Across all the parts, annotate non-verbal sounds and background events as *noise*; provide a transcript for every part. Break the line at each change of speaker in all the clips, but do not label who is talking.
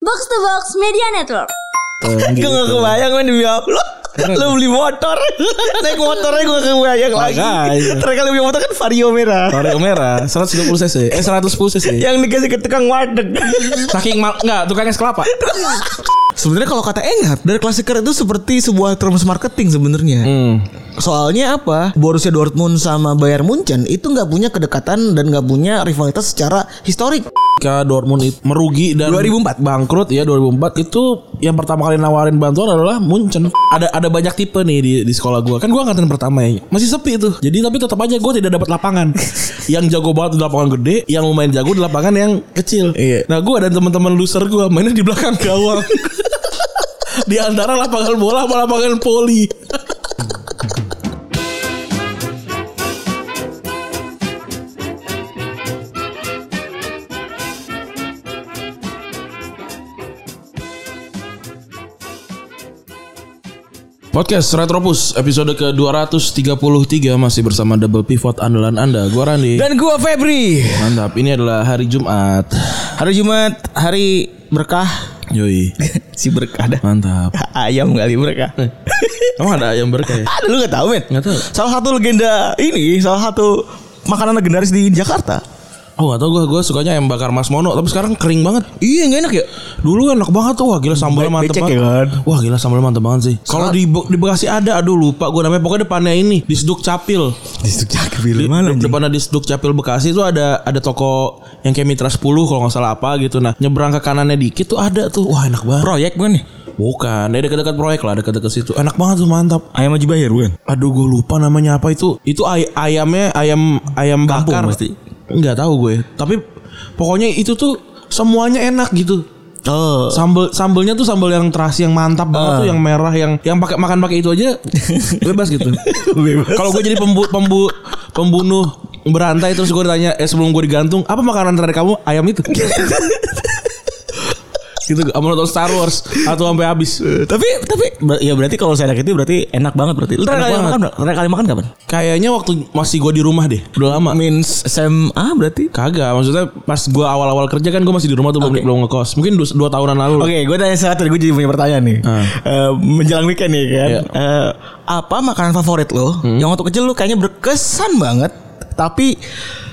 Box to Box Media Network.
Gue gak
gitu.
Gitu.
kebayang men demi Allah Lu beli
*laughs*
motor Naik motornya gue kebayang lagi
Makanya.
Terakhir kali beli motor kan Vario merah
Vario merah 130 cc Eh 110 cc
Iya.
Yang dikasih ke tukang warteg
Saking mal Enggak tukang es kelapa
*laughs* Sebenarnya kalau kata Enghardt dari klasiker itu seperti sebuah terms marketing sebenarnya.
Hmm
Soalnya apa? Borussia Dortmund sama Bayern Munchen itu nggak punya kedekatan dan nggak punya rivalitas secara historik.
Ketika Dortmund itu merugi dan
2004.
bangkrut ya 2004 itu yang pertama kali nawarin bantuan adalah Munchen. Ada ada banyak tipe nih di, di sekolah gua. Kan gua angkatan pertama ya. Masih sepi itu. Jadi tapi tetap aja gua tidak dapat lapangan. yang jago banget di lapangan gede, yang lumayan jago di lapangan yang kecil. Nah, gua dan teman-teman loser gua mainnya di belakang gawang. di antara lapangan bola sama lapangan poli. Podcast Retropus episode ke-233 masih bersama double pivot andalan Anda. Gua Randi.
Dan gua Febri
Mantap, ini adalah hari Jumat.
Hari Jumat Hari
*laughs*
berkah
Yoi.
Si berkah dah
Mantap.
*laughs* Ayam kali berkah
Eh, Emang ada ayam berkah ya?
*laughs* Ada lu gak tau men
Nggak tahu.
Salah satu legenda ini Salah satu Makanan legendaris di Jakarta
Oh gak tau gue, gue sukanya ayam bakar Mas Mono Tapi sekarang kering banget Iya gak enak ya? Dulu enak banget tuh, wah gila sambal
Be-
mantep
becek
banget
ya kan?
Wah gila sambal mantep banget sih Kalau di, Be- di Bekasi ada, aduh lupa gue namanya Pokoknya depannya ini, di Seduk Capil
Di Jakarta
di, di- depannya di Seduk Capil Bekasi itu ada ada toko yang kayak Mitra 10 kalau nggak salah apa gitu Nah nyebrang ke kanannya dikit tuh ada tuh Wah enak banget
Proyek bukan nih
Bukan, ya dekat-dekat proyek lah, dekat-dekat situ Enak banget tuh, mantap
Ayam Haji Bayar bukan
Aduh gue lupa namanya apa itu. Itu ay- ayamnya ayam ayam
Kampung
bakar.
pasti.
Enggak tahu gue. Tapi pokoknya itu tuh semuanya enak gitu. *laughs*
Oh
Sambel sambelnya tuh sambel yang terasi yang mantap banget
Ah.
tuh yang merah yang yang pakai makan pakai itu
*laughs*
aja bebas gitu.
Bebas.
Kalau gue jadi pembu, pembu pembunuh berantai terus gue ditanya eh sebelum gue digantung apa makanan terakhir kamu ayam
*laughs*
itu gitu sama nonton Star Wars atau sampai habis
*laughs* tapi tapi ber- ya berarti kalau saya itu berarti enak banget berarti. Lu terakhir
Enak banget.
kali makan berapa? terakhir kali makan kapan?
kayaknya waktu masih gue di rumah deh udah lama
Means SMA berarti.
Kagak, maksudnya pas gua awal-awal kerja kan gua masih di rumah tuh belum
Oke.
belum ngekos. Mungkin dus- dua tahunan lalu. lah.
Oke, gue tanya satu, gue jadi punya pertanyaan nih.
Ah.
Eh, menjelang weekend nih kan.
Iya. Hmm?
Eh, apa makanan favorit lo? Yang waktu kecil lo kayaknya berkesan banget, tapi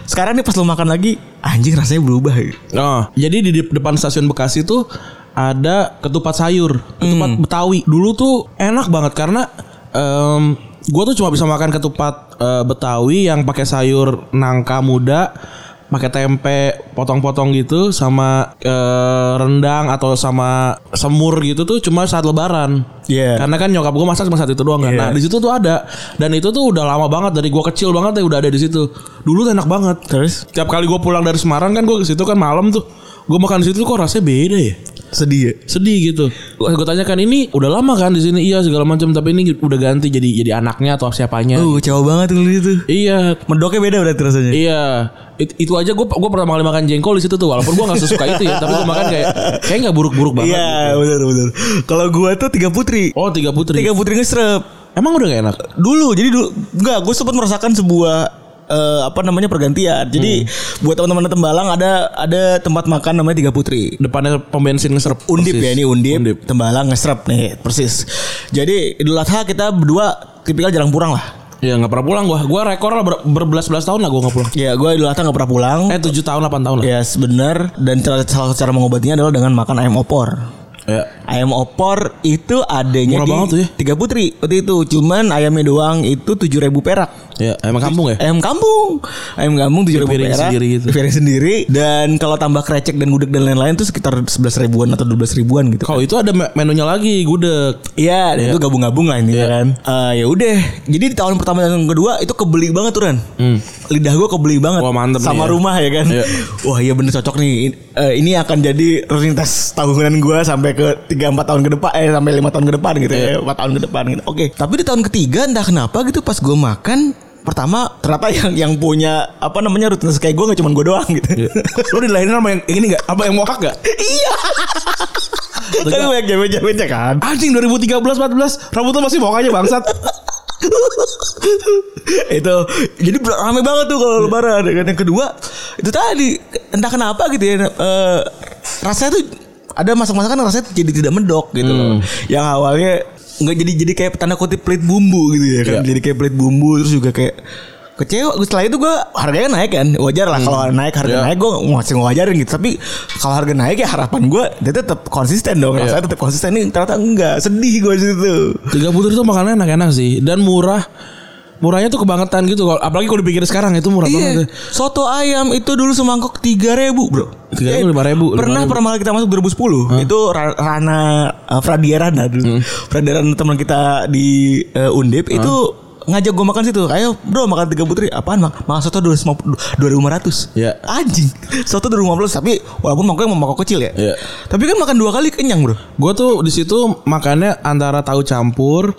sekarang nih pas lo makan lagi, anjing rasanya berubah. ya.
Nah, jadi di dep- depan stasiun Bekasi tuh ada ketupat sayur, ketupat Betawi. Dulu tuh enak banget karena em gua tuh cuma bisa makan ketupat eh, Betawi yang pakai sayur nangka muda pakai tempe potong-potong gitu sama eh, rendang atau sama semur gitu tuh cuma saat lebaran.
Iya.
Karena kan nyokap gue masak cuma saat itu doang kan. Nah, di situ tuh ada dan itu tuh udah lama banget dari gua kecil banget ya udah ada di situ. Dulu tuh enak banget.
Terus
Tiap kali gue pulang dari Semarang kan gue ke situ kan malam tuh. Gue makan di situ kok rasanya beda ya.
sedih ya?
Sedih gitu. Gue tanyakan ini udah lama kan di sini iya segala macam tapi ini udah ganti jadi jadi anaknya atau siapanya.
Uh, kecewa banget lu itu.
Iya.
Medoknya beda berarti rasanya.
Iya, It- itu aja gue gue pertama kali makan jengkol di situ tuh, walaupun gue nggak sesuka itu ya, tapi gue makan kayak kayak nggak buruk-buruk banget. gitu.
Iya, benar benar. Kalau gue tuh tiga putri.
Oh tiga putri.
Tiga putri ngeserep.
Emang udah gak enak?
dulu jadi dulu enggak gue sempat merasakan sebuah eh, apa namanya pergantian jadi
Hmm.
buat teman-teman tembalang ada ada tempat makan namanya tiga putri
Depannya pembensin ngeserp.
undip
Persis.
ya ini undip, tembalang ngeserap nih persis jadi idul adha kita berdua tipikal jarang pulang lah
Ya nggak pernah pulang gue. Gue rekor lah ber- berbelas-belas tahun lah gue nggak pulang.
ya gue idul adha nggak pernah pulang
Eh tujuh tahun, delapan tahun lah.
ya benar dan cara salah satu cara mengobatinya adalah dengan makan ayam opor
Ya.
Ayam opor itu adanya
Murah
di
banget tuh ya.
Tiga Putri waktu itu. Cuman ayamnya doang itu 7.000 perak.
Ya, emang kampung ya?
ayam kampung ayam kampung tujuh ribu
Piring
perak
sendiri gitu.
piring sendiri dan kalau tambah krecek dan gudeg dan lain-lain tuh sekitar sebelas ribuan atau dua belas ribuan gitu
Kalau itu ada me- menunya lagi gudeg.
Iya, dan itu gabung-gabung lah ini
Iya.
kan. Eh, ya udah. Jadi di tahun pertama dan tahun kedua itu kebeli banget tuh Ran. Lidah gua kebeli banget.
Hmm. Wah, mantep
Sama
nih ya.
rumah ya kan.
Iya.
Wah, iya bener cocok nih. In- eh, ini akan jadi rutinitas tahunan gua sampai ke 3 4 tahun ke depan eh sampai 5 tahun ke depan gitu
Iya.
ya. 4 tahun ke depan gitu. Oke. Tapi di tahun ketiga entah kenapa gitu pas gua makan pertama ternyata yang yang punya apa namanya rutinitas kayak gua nggak cuma gua doang gitu.
Iya. *laughs*
*laughs*
Lu dilahirin sama yang yang ini gak? Apa yang mohak gak?
Tapi banyak jamin-jaminnya kan.
Anjing 2013 14 rambutnya masih mohak aja bangsat.
*laughs* itu jadi ber- rame banget tuh kalau lebaran dan yang kedua itu tadi entah kenapa gitu ya eh, rasanya tuh ada masak-masakan rasanya jadi tidak medok gitu loh. Yang awalnya nggak jadi jadi kayak tanda kutip pelit bumbu gitu ya kan. Jadi kayak pelit bumbu terus juga kayak kecewa setelah itu gue harganya naik kan wajar lah kalau naik harga
Iya.
naik gue masih ngajarin gitu tapi kalau harga naik ya harapan gue dia tetap konsisten dong rasanya tetap konsisten ini ternyata enggak sedih gue situ
*laughs* Tiga putri tuh makanannya enak-enak sih dan murah. Murahnya tuh kebangetan gitu. Kalau- Apalagi kalau dipikir sekarang itu murah
Iya.
banget. ya.
Soto ayam itu dulu semangkok tiga ribu bro.
3.000,
Eh,
5.000.
Pernah pertama kali kita masuk 2010 itu Ra- Rana uh, Fradia
Hmm.
Rana dulu. Fradia Rana teman kita di uh, Undip itu ngajak gue makan situ. Ayo bro makan tiga putri. Apaan mak? Makan soto 250 2500.
Iya.
Anjing. Soto 2500 tapi walaupun mangkoknya mau mangkok kecil ya.
Iya.
Tapi kan makan dua kali kenyang bro.
Gue tuh di situ makannya antara tahu campur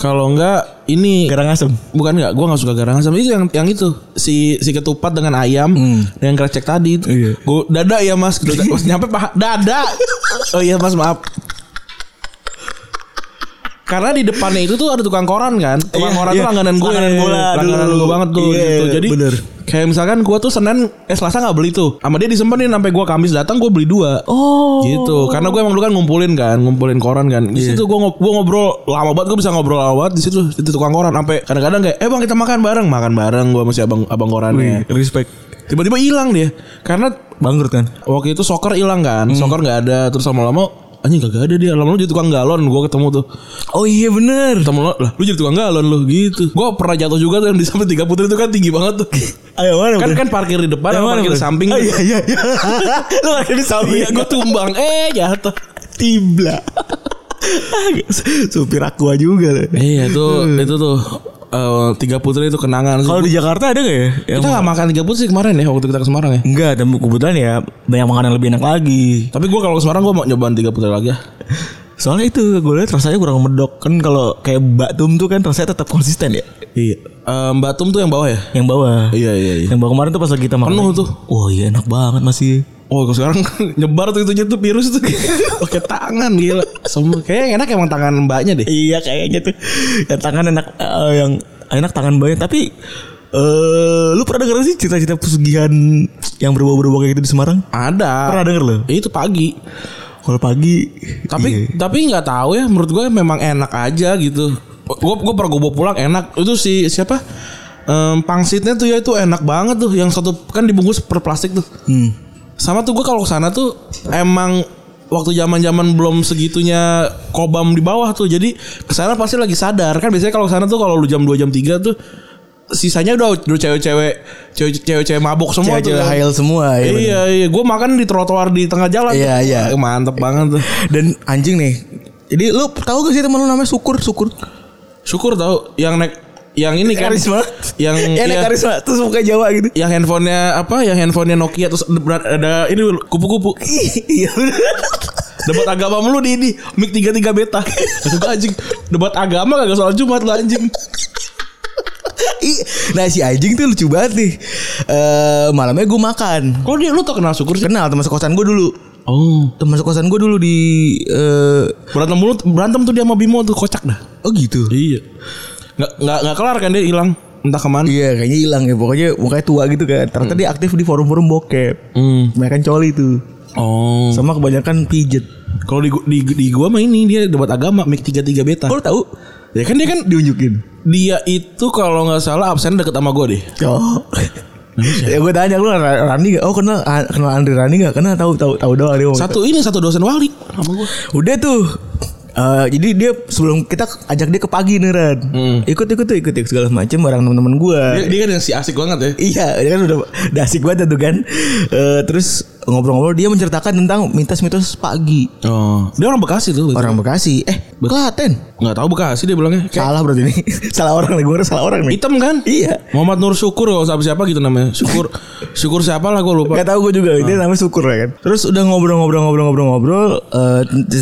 kalau enggak ini
Garang asem.
bukan enggak gue nggak suka garang asam itu yang yang itu si si ketupat dengan ayam dengan krecek tadi itu
Hmm. Iya.
Gua, dada ya mas Dada- pas nyampe paha dada oh iya mas maaf karena di depannya itu tuh ada tukang koran kan tukang
Iya,
koran
iya.
tuh langganan gue
Langganan bola
langganan
dulu.
gue banget tuh
Iya,
gitu. jadi
bener.
kayak misalkan gue tuh senin eh selasa nggak beli tuh sama dia disempenin sampai gue kamis datang gue beli dua
Oh.
gitu karena gue emang dulu kan ngumpulin kan ngumpulin koran kan di
Iya.
situ gue ngob- gue ngobrol lama banget gue bisa ngobrol lama banget di situ di tukang koran sampai kadang-kadang kayak eh bang kita makan bareng makan bareng gue masih abang abang korannya
Respect.
tiba-tiba hilang dia karena
Bangkrut kan?
waktu itu soccer hilang kan
Hmm.
soccer nggak ada terus lama-lama anjing gak ada dia lama-lama jadi tukang galon gue ketemu tuh
Oh iya bener.
ketemu lo lah lu jadi tukang galon lu gitu gue pernah jatuh juga tuh yang di samping tiga putri itu kan tinggi banget tuh
*laughs* Ayo mana
kan
bro?
kan parkir di depan
Yang
sama
mana,
parkir
bro?
di samping
Oh, iya iya. iya. *laughs* Lu makan di samping.
iya gue tumbang eh jatuh
tibla. *laughs* Supir aqua juga.
Iya *laughs* itu itu tuh eh, tiga putri itu kenangan. Iya,
Kalau di Jakarta ada gak ya?
kita
Yang-
nggak makan tiga putri kemarin ya waktu kita ke Semarang ya.
enggak, tapi kebetulan ya banyak makanan lebih enak lagi.
Tapi gue kalau ke Semarang gue mau nyobaan tiga putri lagi ya.
Soalnya itu gue lihat rasanya kurang medok kan kalau kayak Batum tuh kan rasanya tetap konsisten ya.
Iya. Eh, Mbak Tum tuh yang bawah ya.
Yang bawah.
Iya iya iya.
Yang bawah kemarin tuh pas lagi kita makan.
Penuh tuh.
Wah, iya enak banget masih.
Oh kalau sekarang *laughs* nyebar tuh itunya tuh virus tuh *laughs* pakai tangan gila. Semua kayaknya yang enak emang tangan mbaknya deh.
Iya kayaknya tuh yang tangan enak eh, yang enak tangan banyak tapi eh lu pernah denger sih cerita-cerita pesugihan yang berbau-berbau kayak gitu di Semarang?
Ada. Iya,
Pernah denger lu?
Itu pagi.
Kalau pagi iya.
Tapi tapi nggak tahu ya menurut gue memang enak aja gitu. Gue gue pernah gue bawa pulang enak. Itu si siapa? Em, pangsitnya tuh ya itu enak banget tuh. Yang satu kan dibungkus per plastik tuh.
Hmm.
Sama tuh gue kalau kesana tuh emang waktu zaman zaman belum segitunya kobam di bawah tuh. Jadi kesana pasti lagi sadar kan. Biasanya kalau kesana tuh kalau lu jam 2 jam 3 tuh sisanya udah udah cewek-cewek cewek-cewek mabok semua tuh.
Cewek-cewek
kan.
hail semua ya. bener.
Iya iya, gue makan di trotoar di tengah jalan.
Iya,
tuh.
iya.
Wah, Mantep banget tuh.
Dan anjing nih. Jadi lu tahu gak sih teman lu namanya Syukur, Syukur.
Syukur tahu yang naik yang ini kan
Karisma. *laughs*
yang iya.
Yang
yang,
naik karisma terus muka Jawa gitu. *laughs*
yang handphonenya apa yang handphonenya Nokia terus ada, ada ini kupu-kupu
Iya.
debat agama lu di ini mic 33 beta Kata gua, anjing debat agama kagak soal Jumat lah anjing
*laughs* Ih, nah si anjing tuh lucu banget nih. Eh malamnya gue makan.
kok dia lu tau kenal syukur sih
Kenal teman sekosan gue dulu.
oh
Teman sekosan gue dulu di eh
berantem mulu berantem tuh dia sama Bimo tuh kocak dah
oh gitu.
iya nggak nggak nggak kelar kan dia hilang entah kemana
Iya kayaknya hilang ya pokoknya mukanya tua gitu kan. Ternyata dia aktif di forum-forum bokep.
Hmm.
Kebanyakan coli tuh.
oh
Sama kebanyakan pijet.
kalau di, gu- di di gua mah ini dia debat agama mic 33 beta
Kok lu tahu?
ya kan dia kan
Diunjukin.
dia itu kalau nggak salah absen deket sama gue deh
Oh. ya gue tanya lu Ra- Rani gak? Oh kenal A- kenal Andri Rani gak? Kenal tahu tahu tahu doang dia ngomong.
satu ini satu dosen wali iya. sama gue
Udah tuh. Eh, jadi dia sebelum kita ajak dia ke pagi nih Ran.
Hmm.
Ikut-ikut tuh ikut, ikut segala macam bareng teman-teman gue.
dia, dia kan yang si asik banget ya
Iya, dia kan udah, udah asik banget tuh kan. Eh, terus ngobrol-ngobrol dia menceritakan tentang mitos-mitos pagi.
oh dia orang bekasi tuh
Orang Bekasi, eh Klaten.
nggak tahu bekasi dia bilangnya kayak
Salah berarti nih. *laughs* salah orang nih, gue salah orang nih.
hitam kan
Iya.
Muhammad Nur Syukur kalau siapa siapa gitu namanya syukur syukur siapa lah gue lupa
Gak tau gue juga Dia namanya syukur ya kan Terus udah ngobrol-ngobrol-ngobrol-ngobrol-ngobrol eh,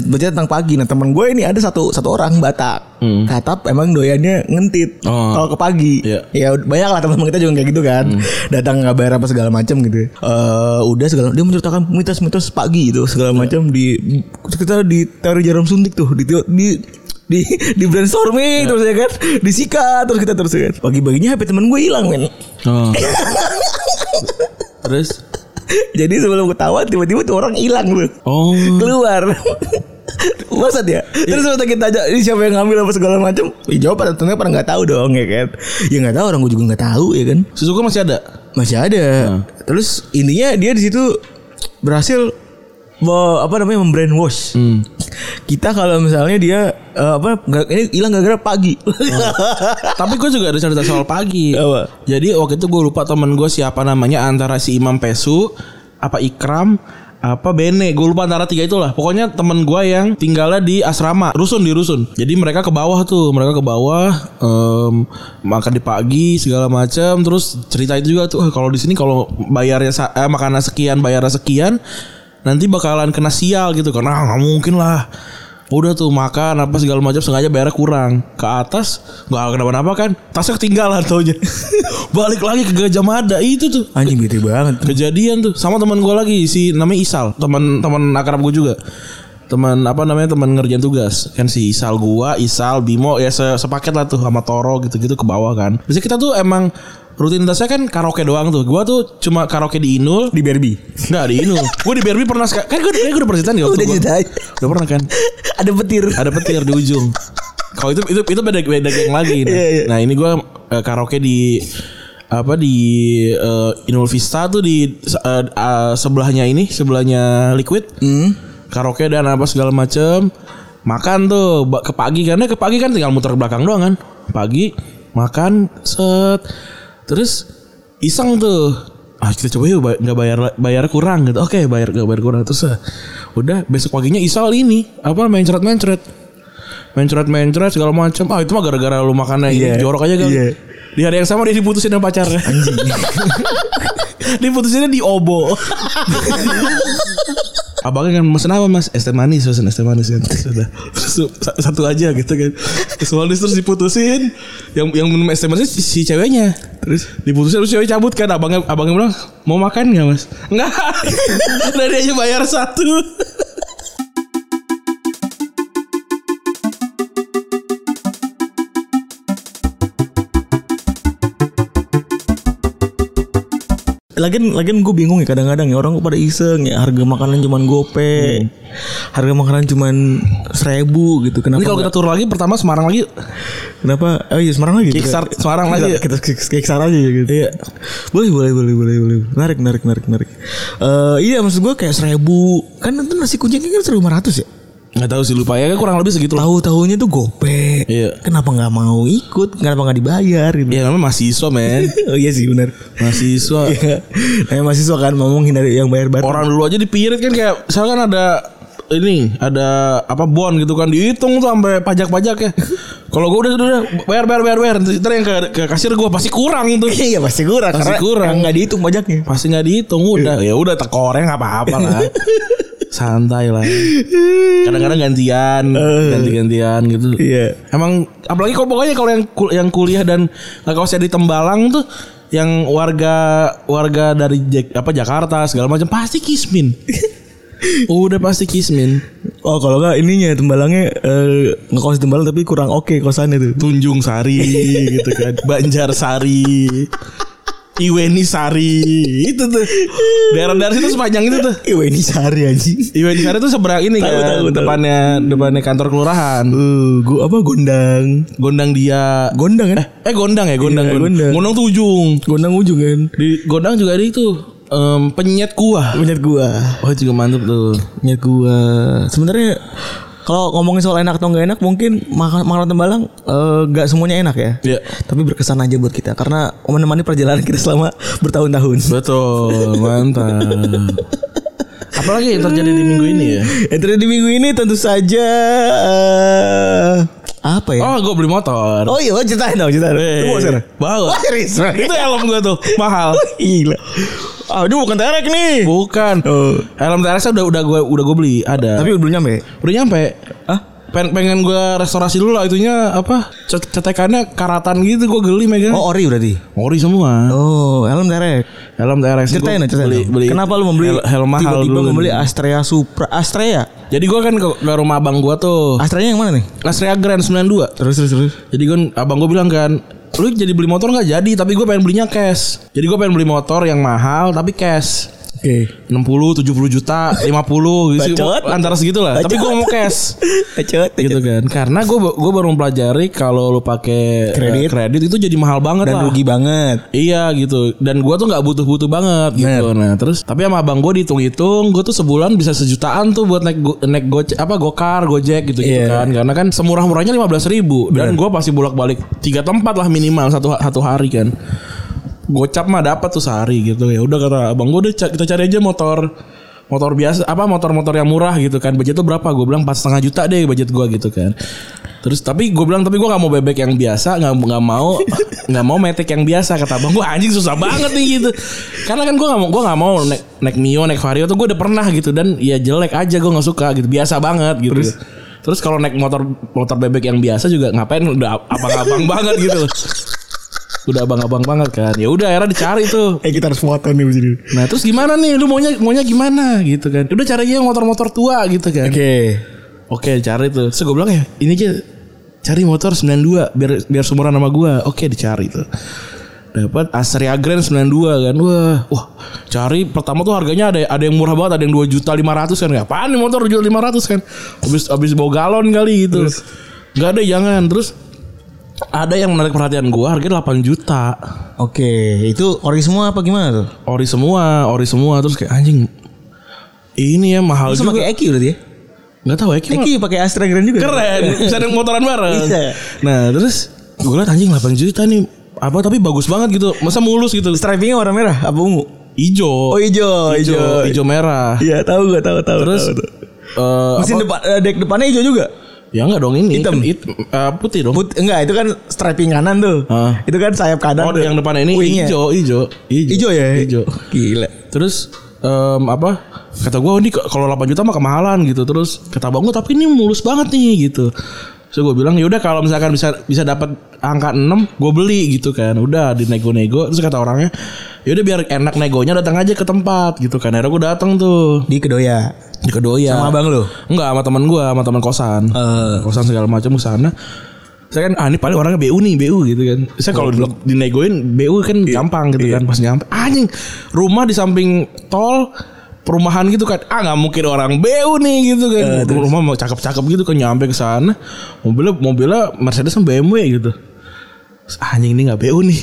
Bercerita tentang pagi Nah teman gue ini ada satu satu orang Batak Tatap emang doyannya ngentit
Hmm. Oh.
Kalau ke pagi
Iya. Hmm.
Ya ud- banyak lah teman-teman kita juga kayak gitu kan Datang nggak bayar apa segala macam gitu Eh Udah segala Dia menceritakan mitos-mitos pagi gitu
Iya.
Segala macam di Kita di teori jarum suntik tuh Di, teo- di di di brainstorming
Iya.
terus ya kan disikat terus kita terus ya kan pagi-paginya HP temen gue hilang men
Oh. terus
*laughs* Jadi sebelum ketawa tiba-tiba tuh orang hilang tuh.
Oh.
Keluar. *laughs* Masa dia? Terus waktu kita aja ini siapa yang ngambil apa segala macam? Ya, jawab pada tentunya pada nggak tahu dong ya kan. Ya nggak tahu orang gue juga nggak tahu ya kan.
Suzuka masih ada?
Masih ada.
Nah.
Terus intinya dia di situ berhasil me- apa namanya membrainwash.
Hmm.
Kita kalau misalnya dia eh, apa nggak- ini hilang gara-gara pagi.
Tapi gue juga ada cerita soal pagi.
Apa?
Jadi waktu itu gue lupa temen gue siapa namanya antara si Imam Pesu, apa Ikram, apa Bene. Gue lupa antara tiga itulah. Pokoknya temen gue yang tinggalnya di asrama, rusun di rusun. Jadi mereka ke bawah tuh, mereka ke bawah em, makan di pagi segala macam. Terus cerita itu juga tuh "Eh, kalau di sini kalau bayarnya sa- eh, makanan sekian, bayarnya sekian, nanti bakalan kena sial gitu karena "Ah, nggak mungkin lah Udah tuh makan apa segala macam sengaja bayarnya kurang ke atas nggak kenapa-napa kan tasnya ketinggalan taunya *laughs* balik lagi ke Gajah Mada itu tuh
*laughs* Anjing bete banget.
kejadian tuh sama teman gue lagi si namanya Isal teman teman akrab gue juga teman apa namanya teman ngerjain tugas kan si Isal gua Isal Bimo ya se- sepaket lah tuh sama Toro gitu-gitu ke bawah kan biasanya kita tuh emang rutinitasnya kan karaoke doang tuh gua tuh cuma karaoke di Inul
Di Barbie.
nggak di Inul gue di BRB pernah seka- kan gue gue udah pernah ceritain nggak waktu
Udah
gua-
cerita
*laughs*
aja.
udah pernah kan
Ada petir.
ada petir di ujung. Kalau itu itu itu beda beda geng lagi.
Iya,
Nah, Nah, ini gua eh, karaoke di apa di eh, Inul Vista tuh di eh, eh, sebelahnya ini, sebelahnya Liquid.
Hmm.
Karaoke dan apa segala macem Makan tuh ba- ke pagi karena ke pagi kan tinggal muter belakang doang kan. Pagi makan set terus iseng tuh ah kita coba yuk ba- nggak bayar bayar kurang gitu oke bayar nggak bayar kurang terus ah, udah besok paginya isal ini apa mencret mencret mencret mencret segala macam ah itu mah gara-gara lu makannya ini,
Iya,
jorok aja kali
iya.
di hari yang sama dia diputusin sama pacarnya
*laughs*
diputusinnya di obo Abangnya kan mesen apa mas? Es teh manis, mesen es teh manis kan. Terus udah. Terus sa- satu aja gitu kan. Terus manis terus diputusin. Yang yang minum es teh manis si, si ceweknya. Terus diputusin terus cewek cabut kan. Abangnya abangnya bilang mau makan nggak mas? Nggak. *laughs* Udah dia aja bayar satu.
Lagian lagian gue bingung ya kadang-kadang ya orang kok pada iseng ya harga makanan cuman gope. Harga makanan cuman seribu gitu. Kenapa?
Ini kalau kita
nggak-
tur lagi pertama Semarang lagi
kenapa? Oh iya Semarang lagi.
Kickstart
Kita-
Semarang lagi.
Kita, kita kick- kickstart aja ya gitu. Iya. Boleh boleh boleh boleh boleh. Menarik menarik menarik menarik. Eh iya maksud gue kayak seribu kan itu nasi kucingnya kan seribu ya.
Nggak tahu sih lupa ya kurang lebih segitu lah.
Tahu tahunya tuh gope.
Iya.
Kenapa nggak mau ikut? Kenapa nggak dibayar gitu?
Ya namanya mahasiswa *laughs* men.
*laughs* oh iya sih benar.
Mahasiswa.
Iya. Nah, mahasiswa kan mau menghindari yang bayar bareng.
orang dulu aja dipirit kan kayak misalkan ada ini ada apa bon gitu kan dihitung tuh sampai pajak-pajak ya. Kalau gue udah, udah udah, bayar bayar bayar bayar ntar yang ke, ke kasir gue pasti kurang tuh.
Iya pasti kurang
Pasti
karena
kurang.
Nggak dihitung pajaknya
Pasti nggak dihitung udah ya udah tekoreng apa-apa lah. *laughs* Santai lah. Kadang-kadang gantian, ganti-gantian gitu.
Iya.
Emang apalagi kalau pokoknya kalau yang kul- yang kuliah dan nggak kaosnya di Tembalang tuh yang warga warga dari Jak- apa Jakarta segala macam pasti kismin. Udah pasti kismin.
Oh kalau nggak ininya Tembalangnya eh, Ngekos di tembalang tapi kurang oke kosannya tuh
Tunjung *laughs* Sari gitu kan. Banjar Sari. Iweni Sari itu tuh daerah-daerah situ sepanjang itu tuh
*laughs* Iwe ini sehari anjing
Iweni Sari tuh seberang ini
Tahu,
kan
tahu, tahu.
depannya depannya kantor kelurahan
Eh, gua apa gondang
Gondang dia
Gondang kan
eh Gondang ya Gondang
Iya,
Gondang,
Gondang.
Gondang tuh ujung
Gondang ujung kan
Di Gondang juga ada itu em, penyet kuah.
Penyet gua
Oh juga mantep tuh.
Penyet gua Sebenarnya kalau ngomongin soal enak atau nggak enak Mungkin makan makanan tembalang eh, nggak semuanya enak ya
Iya.
Tapi berkesan aja buat kita Karena menemani perjalanan kita selama bertahun-tahun *laughs*
Betul, mantap. Apalagi yang terjadi di minggu ini ya?
Yang terjadi minggu ini tentu saja eh, Apa ya? Eh,
Oh, gue beli motor. Eh,
Oh iya, lo ceritain dong, ceritain. Lu mau sekarang?
Bawa.
Wah, Oh, serius. Oh,
Itu helm gue
*laughs*
tuh, mahal.
Gila. Ah, ini bukan terek nih.
Bukan.
Oh.
Helm TRS udah udah gue udah gue beli, ada.
Tapi belum nyampe.
udah nyampe.
Hah?
Pen pengen gue restorasi dulu lah itunya apa? cet- Cetekannya karatan gitu gue geli megang.
Oh, ori berarti.
Ori semua.
Oh, helm terek.
Helm TRS gue
Ceritain dong, ceritain.
beli,
dong.
beli.
Kenapa lu membeli
hel- helm mahal
tiba-tiba
dulu.
membeli Astrea Supra? Astrea.
Jadi gue kan ke, ke rumah abang gue tuh
Astrea yang mana nih?
Astrea Grand 92
Terus terus terus.
Jadi kan abang gue bilang kan Lu jadi beli motor nggak jadi Tapi gue pengen belinya cash Jadi gue pengen beli motor yang mahal Tapi cash
Oke.
60, 70 juta, 50 gitu.
Bacot.
Antara segitulah. Tapi gue mau cash.
Ecet, ecet.
gitu kan. Karena gue gue baru mempelajari kalau lu pakai eh,
Kredit.
kredit itu jadi mahal banget
Dan
lah.
rugi banget.
Iya gitu Dan gua tuh nggak butuh-butuh banget gitu Nah terus Tapi sama abang gue dihitung-hitung Gue tuh sebulan bisa sejutaan tuh Buat naik go, naik goce, apa gokar gojek gitu, gitu
Iya.
kan Karena kan semurah-murahnya 15 ribu Dan gua pasti bolak-balik Tiga tempat lah minimal Satu, satu hari kan Gocap mah dapat tuh sehari gitu ya udah kata abang gue udah ca- kita cari aja motor motor biasa apa motor-motor yang murah gitu kan budget tuh berapa gue bilang empat setengah juta deh budget gua gitu kan terus tapi gue bilang tapi gua nggak mau bebek yang biasa nggak nggak mau nggak mau metek yang biasa kata abang gue anjing susah banget nih gitu karena kan gua nggak mau gua nggak mau naik naik mio naik vario tuh gue udah pernah gitu dan ya jelek aja gua nggak suka gitu biasa banget gitu terus, kalau naik motor motor bebek yang biasa juga ngapain udah abang-abang *laughs* banget gitu loh udah abang-abang banget kan ya udah akhirnya dicari tuh
Eh kita harus foto nih begini.
nah terus gimana nih lu maunya maunya gimana gitu kan udah cari aja yang motor-motor tua gitu kan
Oke.
oke cari tuh terus gue bilang ya ini aja cari motor 92 biar biar sumuran sama gua oke dicari tuh dapat Astrea Grand 92 kan wah wah cari pertama tuh harganya ada ada yang murah banget ada yang 2 juta 500 kan apaan nih motor 2 juta 500 kan habis habis bawa galon kali gitu nggak ada jangan terus ada yang menarik perhatian gua harganya 8 juta
Oke, itu ori semua apa gimana tuh?
ori semua, ori semua terus kayak anjing. Ini ya mahal
Itu
juga.
pakai EQ berarti ya?
Nggak tahu ya Kim.
EQ pakai Astra Grand juga.
*laughs* Keren, bisa ada motoran bareng.
Bisa.
Nah, terus gue liat anjing 8 juta nih. Apa tapi bagus banget gitu. Masa mulus gitu.
Stripingnya warna merah apa ungu?
Ijo.
Oh hijau,
ijo,
hijau.
ijo merah.
Iya, tahu gua tahu tahu.
Terus
tahu, tahu.
eh,
mesin
apa-
depan eh, dek depannya hijau juga.
ya enggak dong ini
Hitam.
It- eh, putih dong.
Put, enggak, itu kan striping kanan tuh.
Ah.
Itu kan sayap kanan.
Oh, yang depan ini
Wingnya.
ijo, ijo, ijo.
Hijau ya?
Ijo.
Gila.
Terus em, apa kata gue ini kalau 8 juta mah kemahalan gitu terus kata abang gue tapi ini mulus banget nih gitu so gue bilang yaudah kalau misalkan bisa bisa dapat angka 6 gue beli gitu kan udah dinego-nego terus kata orangnya yaudah biar enak negonya datang aja ke tempat gitu kan akhirnya gue datang tuh
Di Kedoya.
di Kedoya
Sama abang lu?
enggak sama teman gue sama teman kosan
Ah.
Eh.
kosan segala macam ke sana saya kan ah ini paling orangnya BU nih BU gitu kan saya kalau di dinegoin BU kan gampang gitu kan pas nyampe anjing rumah di samping tol perumahan gitu kan ah nggak mungkin orang BU nih gitu kan rumah mau cakep-cakep gitu kan nyampe ke sana mobilnya mobilnya Mercedes sama BMW gitu Terus, anjing ini nggak BU nih *laughs*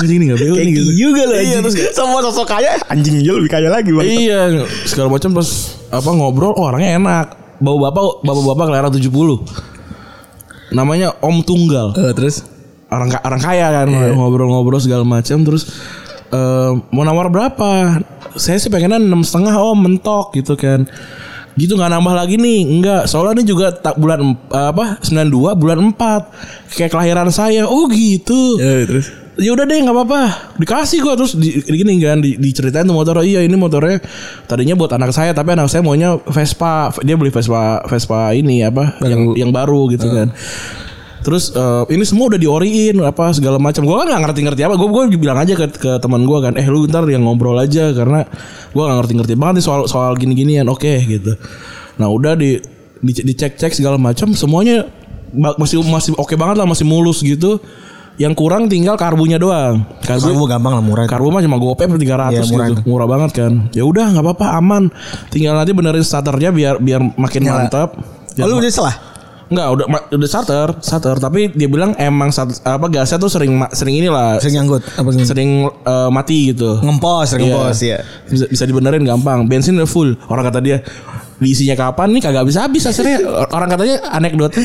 anjing ini nggak BU nih gitu
Juga loh. Iya, terus semua sosok kaya anjing hijau lebih kaya lagi bang.
Iya, segala macam terus apa ngobrol oh, orangnya enak. Bau bapak bapak bapak kelahiran 70. Namanya Om Tunggal.
terus
Orang ka- orang kaya kan ngobrol-ngobrol segala macam terus eh, mau nawar berapa? Saya sih pengennya enam setengah om mentok gitu kan. Gitu nggak nambah lagi nih, enggak. Soalnya ini juga tak bulan emp- apa 92 bulan 4 kayak kelahiran saya. Oh gitu
terus
ya udah deh nggak apa-apa dikasih gua terus di, gini kan di- diceritain tuh motor iya ini motornya tadinya buat anak saya tapi anak saya maunya Vespa dia beli Vespa Vespa ini apa yang yang baru gitu kan terus eh, ini semua udah dioriin apa segala macam gua kan nggak ngerti-ngerti apa gua gua bilang aja ke ke teman gua kan eh lu ntar yang ngobrol aja karena gua nggak ngerti-ngerti banget nih soal soal gini-ginian oke gitu nah udah di dice- dicek-cek segala macam semuanya ba- masih masih oke banget lah masih mulus gitu yang kurang tinggal karbunya doang. Karbu,
kamu gampang lah murah.
karbu mah cuma gopay per 300
Iya, murah
gitu. Murah banget kan. Ya udah nggak apa-apa aman. Tinggal nanti benerin starternya biar biar makin mantap.
Oh, lu udah salah.
Enggak, udah ma- udah starter, starter, tapi dia bilang emang sat- apa gasnya tuh sering ma- sering inilah sering,
Sering nyangkut apa sering
eh, mati gitu.
ngempos, sering
Iya.
ngempos ya.
Bisa, bisa dibenerin gampang. Bensin udah full. Orang kata dia diisinya kapan nih kagak bisa habis Astrea. Or- Orang katanya anekdotnya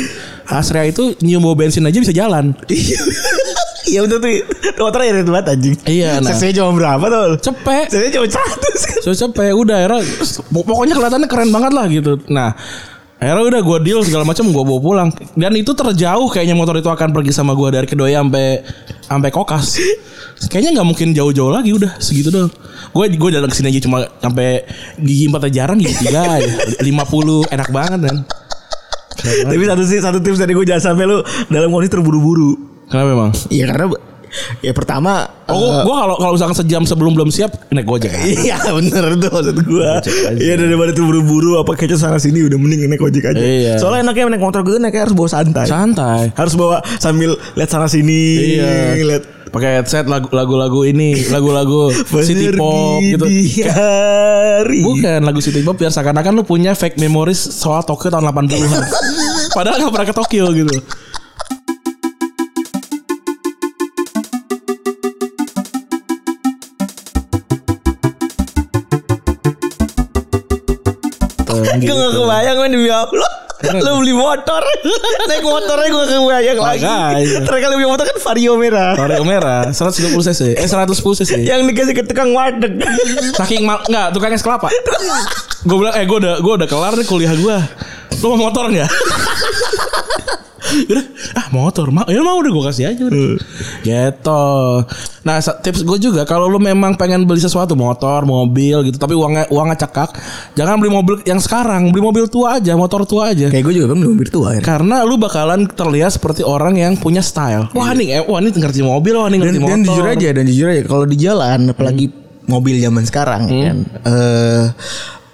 Astrea itu nyium bau bensin aja bisa jalan.
Iya betul tuh. Motornya irit banget anjing.
Iya, nah.
Sesnya cuma berapa tuh?
Cepet.
Sesnya cuma 100 kan.
So capek udah akhirnya pok- pokoknya kelihatannya keren banget lah gitu. Nah akhirnya udah gue deal segala macam gue bawa pulang dan itu terjauh kayaknya motor itu akan pergi sama gue dari kedoya sampai sampai kokas kayaknya nggak mungkin jauh-jauh lagi udah segitu doang gue gue jalan kesini aja cuma sampai gigi empat aja jarang gigi tiga aja. lima puluh enak banget kan
Tapi satu sih satu tips dari gue jangan sampai lu dalam kondisi terburu-buru.
kenapa memang
Iya karena ya pertama
oh gue kalau kalau misalkan sejam sebelum belum siap naik gojek
Iya bener tuh maksud gua Iya daripada tuh buru-buru apa kece sana sini udah mending naik ojek aja.
Iya.
Soalnya enaknya naik motor gitu naiknya harus bawa santai.
santai
harus bawa sambil lihat sana sini,
Iya.
lihat
pakai headset lagu- lagu-lagu ini, lagu-lagu city pop
Pergi
gitu.
di hari.
Bukan lagu city pop biar seakan-akan lu punya fake memories soal Tokyo tahun 80-an. Padahal gak pernah ke Tokyo gitu.
Gue gak
gitu.
Gitu.
kebayang men demi Allah Lu beli
*laughs*
motor Naik motornya gue kebayang lagi
Makanya.
Terakhir lu beli motor kan Vario merah
Iya.
Korek merah 130 cc. Eh 110 cc.
Yang dikasih ke tukang warteg
*laughs*
Saking mal enggak tukang es kelapa. gue bilang eh gue udah gue udah kelar nih kuliah gue. Lu mau motor nggak? Udah, ah motor mau ya mau udah gue kasih aja udah. gitu nah sa- tips gue juga kalau lu memang pengen beli sesuatu motor mobil gitu tapi uangnya uangnya cekak jangan beli mobil yang sekarang beli mobil tua aja motor tua aja
Kayak gue juga kan belum virtual ya
karena lu bakalan terlihat seperti orang yang punya style wah nih eh, wah nih ngerti mobil wah nih
Iya. dan,
ngerti motor Hmm.
dan jujur aja dan jujur aja kalau di jalan apalagi mobil zaman sekarang ya kan eh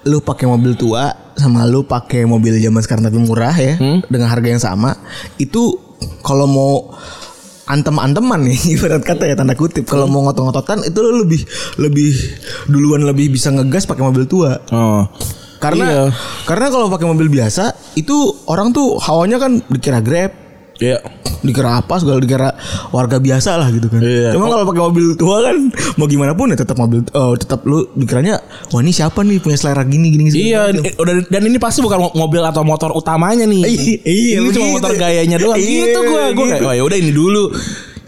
lu pakai mobil tua sama lu pakai mobil zaman sekarang tapi murah ya
Hmm.
dengan harga yang sama itu kalau mau antem-anteman nih *laughs* ibarat kata ya tanda kutip kalau
Hmm.
mau ngotot-ngototan itu lu lebih lebih duluan lebih bisa ngegas pakai mobil tua
oh
karena
Iya.
karena kalau pakai mobil biasa itu orang tuh hawanya kan dikira grab
iya
dikira apa segala dikira warga biasa lah gitu kan.
Iya.
Cuma kalau pakai mobil tua kan mau gimana pun ya tetap mobil eh, tetap lu dikiranya wah ini siapa nih punya selera gini gini gini.
Iya, i- udah dan ini pasti bukan mo- mobil atau motor utamanya nih.
Iya, iya,
ini
begitu.
cuma motor gayanya doang.
Iya,
gitu gua, gua
gitu.
kayak oh ya udah ini dulu.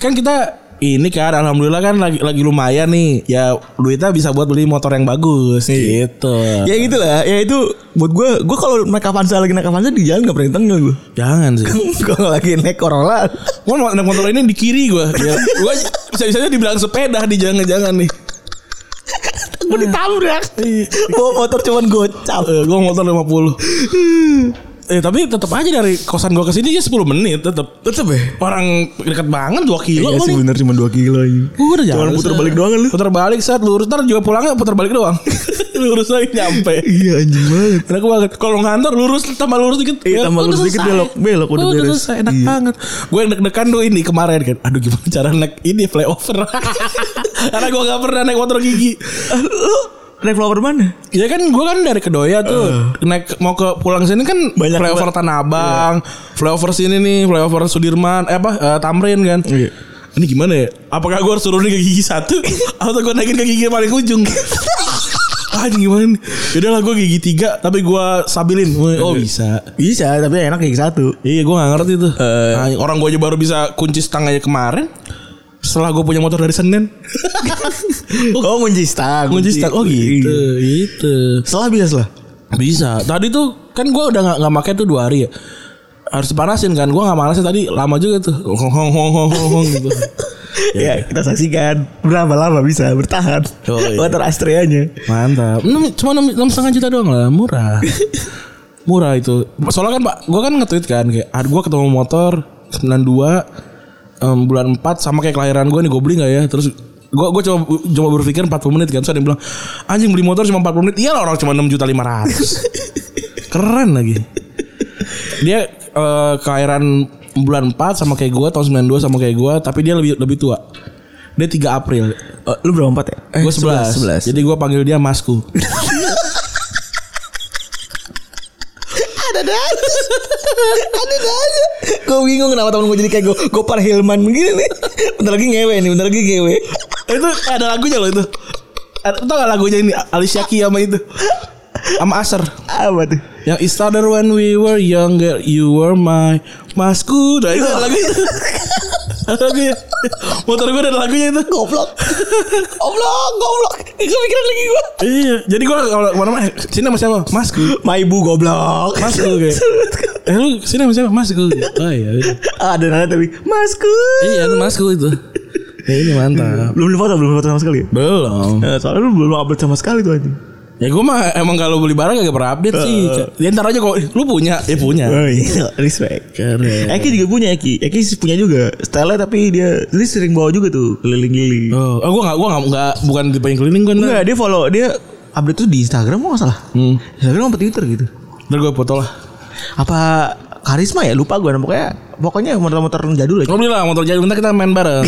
Kan kita ini kan alhamdulillah kan lagi lagi lumayan nih. Ya duitnya bisa buat beli motor yang bagus gitu.
Ya gitu lah, ya itu buat gue, gue kalau naik Avanza lagi naik Avanza di jalan gak pernah tenggelam gue.
Jangan sih.
*laughs* kalau lagi naik Corolla,
Gua mau naik motor ini di kiri gua. Ya,
*laughs*
gua bisa-bisanya dibilang sepeda di jangan-jangan nih.
gue ditabrak. Bawa motor cuman gocap.
Eh, gua motor
*laughs*
50. Eh tapi tetap aja dari kosan gua ke sini ya 10 menit tetap.
Tetep ya.
Orang dekat banget 2 kilo
Iya sih
paling.
bener cuma 2 kilo ini.
Gua udah jalan.
Cuman puter balik doang kan lu?
Puter balik saat lurus ntar juga pulangnya puter balik
*laughs*
doang. lurus lagi nyampe.
Iya anjing banget.
Enak banget. Kalau ngantor lurus tambah lurus dikit. Ya,
Iya, tambah
udah
lurus dikit,
selesai.
belok, belok, udah beres.
selesai, enak
Iya.
banget. Gue yang deg-degan tuh ini kemarin kan. Aduh gimana cara naik ini flyover. *laughs* Karena gue gak pernah naik motor gigi.
Lu naik flower mana?
Ya kan gue kan dari Kedoya tuh naik mau ke pulang sini kan
Eh. Banyak Iya.
flyover Tanah Abang, flyover sini nih, flyover Sudirman, eh apa eh, Tamrin kan.
Iya.
Ini gimana ya? Apakah gue harus turunin ke gigi satu atau gue naikin ke gigi yang paling ujung? ah ini gimana nih? Yaudah lah gue gigi tiga tapi gue stabilin. Wih, Oh bisa.
Bisa, tapi enak kayak satu.
Iya gue gak ngerti tuh. Nah, orang gue aja baru bisa kunci stang aja kemarin. Setelah gue punya motor dari Senin.
Oh kunci stang.
kunci stang. Oh gitu.
Iya.
Gitu.
Selah bisa selah.
Bisa. Tadi tuh kan gua udah nggak nggak pakai tuh dua hari ya. Harus dipanasin kan. Gua nggak malas tadi lama juga tuh. Hong hong hong hong hong, hong gitu.
Ya, kita saksikan berapa lama bisa bertahan.
Oh, iya.
Motor Astreanya.
Mantap. Enam- Cuma enam enam setengah juta doang lah, murah. Murah itu. Soalnya kan Pak, gua kan nge-tweet kan kayak "Ah, gua ketemu motor 92 em, bulan 4 sama kayak kelahiran gua nih gue beli nggak ya? Terus gua gua coba coba berpikir 40 menit kan. Terus ada yang bilang, "Anjing beli motor cuma 40 menit." Iya lah orang cuma 6 juta 500. Keren lagi. Dia eh, kelahiran bulan 4 sama kayak gua tahun 92 sama kayak gua, tapi dia lebih lebih tua. Dia 3 April
Oh, lu berapa empat ya?
gue 11. Jadi gue panggil dia masku.
ada ada aja. ada ada aja. Gue bingung kenapa temen gue jadi kayak gue gue par Hilman begini nih. Bentar lagi ngewe nih, bentar lagi ngewe.
itu ada lagunya loh itu. Ada, tau gak lagunya ini Alicia Keys sama itu. Sama Asher.
Apa tuh?
Yang It started when we were younger You were my Masku Nah itu ada lagunya Ada lagunya Motor gue ada lagunya itu
Goblok. Goblok, goblok. Gue pikiran lagi gue.
Iya Jadi gue kalau kemana-mana eh, Sini sama siapa Masku
Ma ibu goblok.
Masku kayak Eh lu sini sama siapa Masku Oh iya iya.
ada nada tapi masku.
Iya itu Masku itu Ya ini mantap
Belum foto, belum foto sama sekali. ya?
Belum
Eh, Soalnya lu belum upload sama sekali tuh anjing.
Ya gue mah emang kalau beli barang gak pernah update sih. Ya ntar aja kok "Ih, lu punya, ya punya.
Oh *laughs* iya, respect.
Keren.
Eki juga punya Eki. Eki punya juga. Style tapi dia dia sering bawa juga tuh keliling-keliling.
Oh, gue gak, gue gak, gak, bukan tipe yang keliling gue
Enggak, dia follow dia update tuh di Instagram kok nggak salah.
Hmm.
Instagram apa Twitter gitu.
Ntar gue foto lah.
Apa karisma ya lupa gue pokoknya pokoknya motor-motor jadul aja. *laughs*
Gue beli lah motor jadi ntar kita main bareng.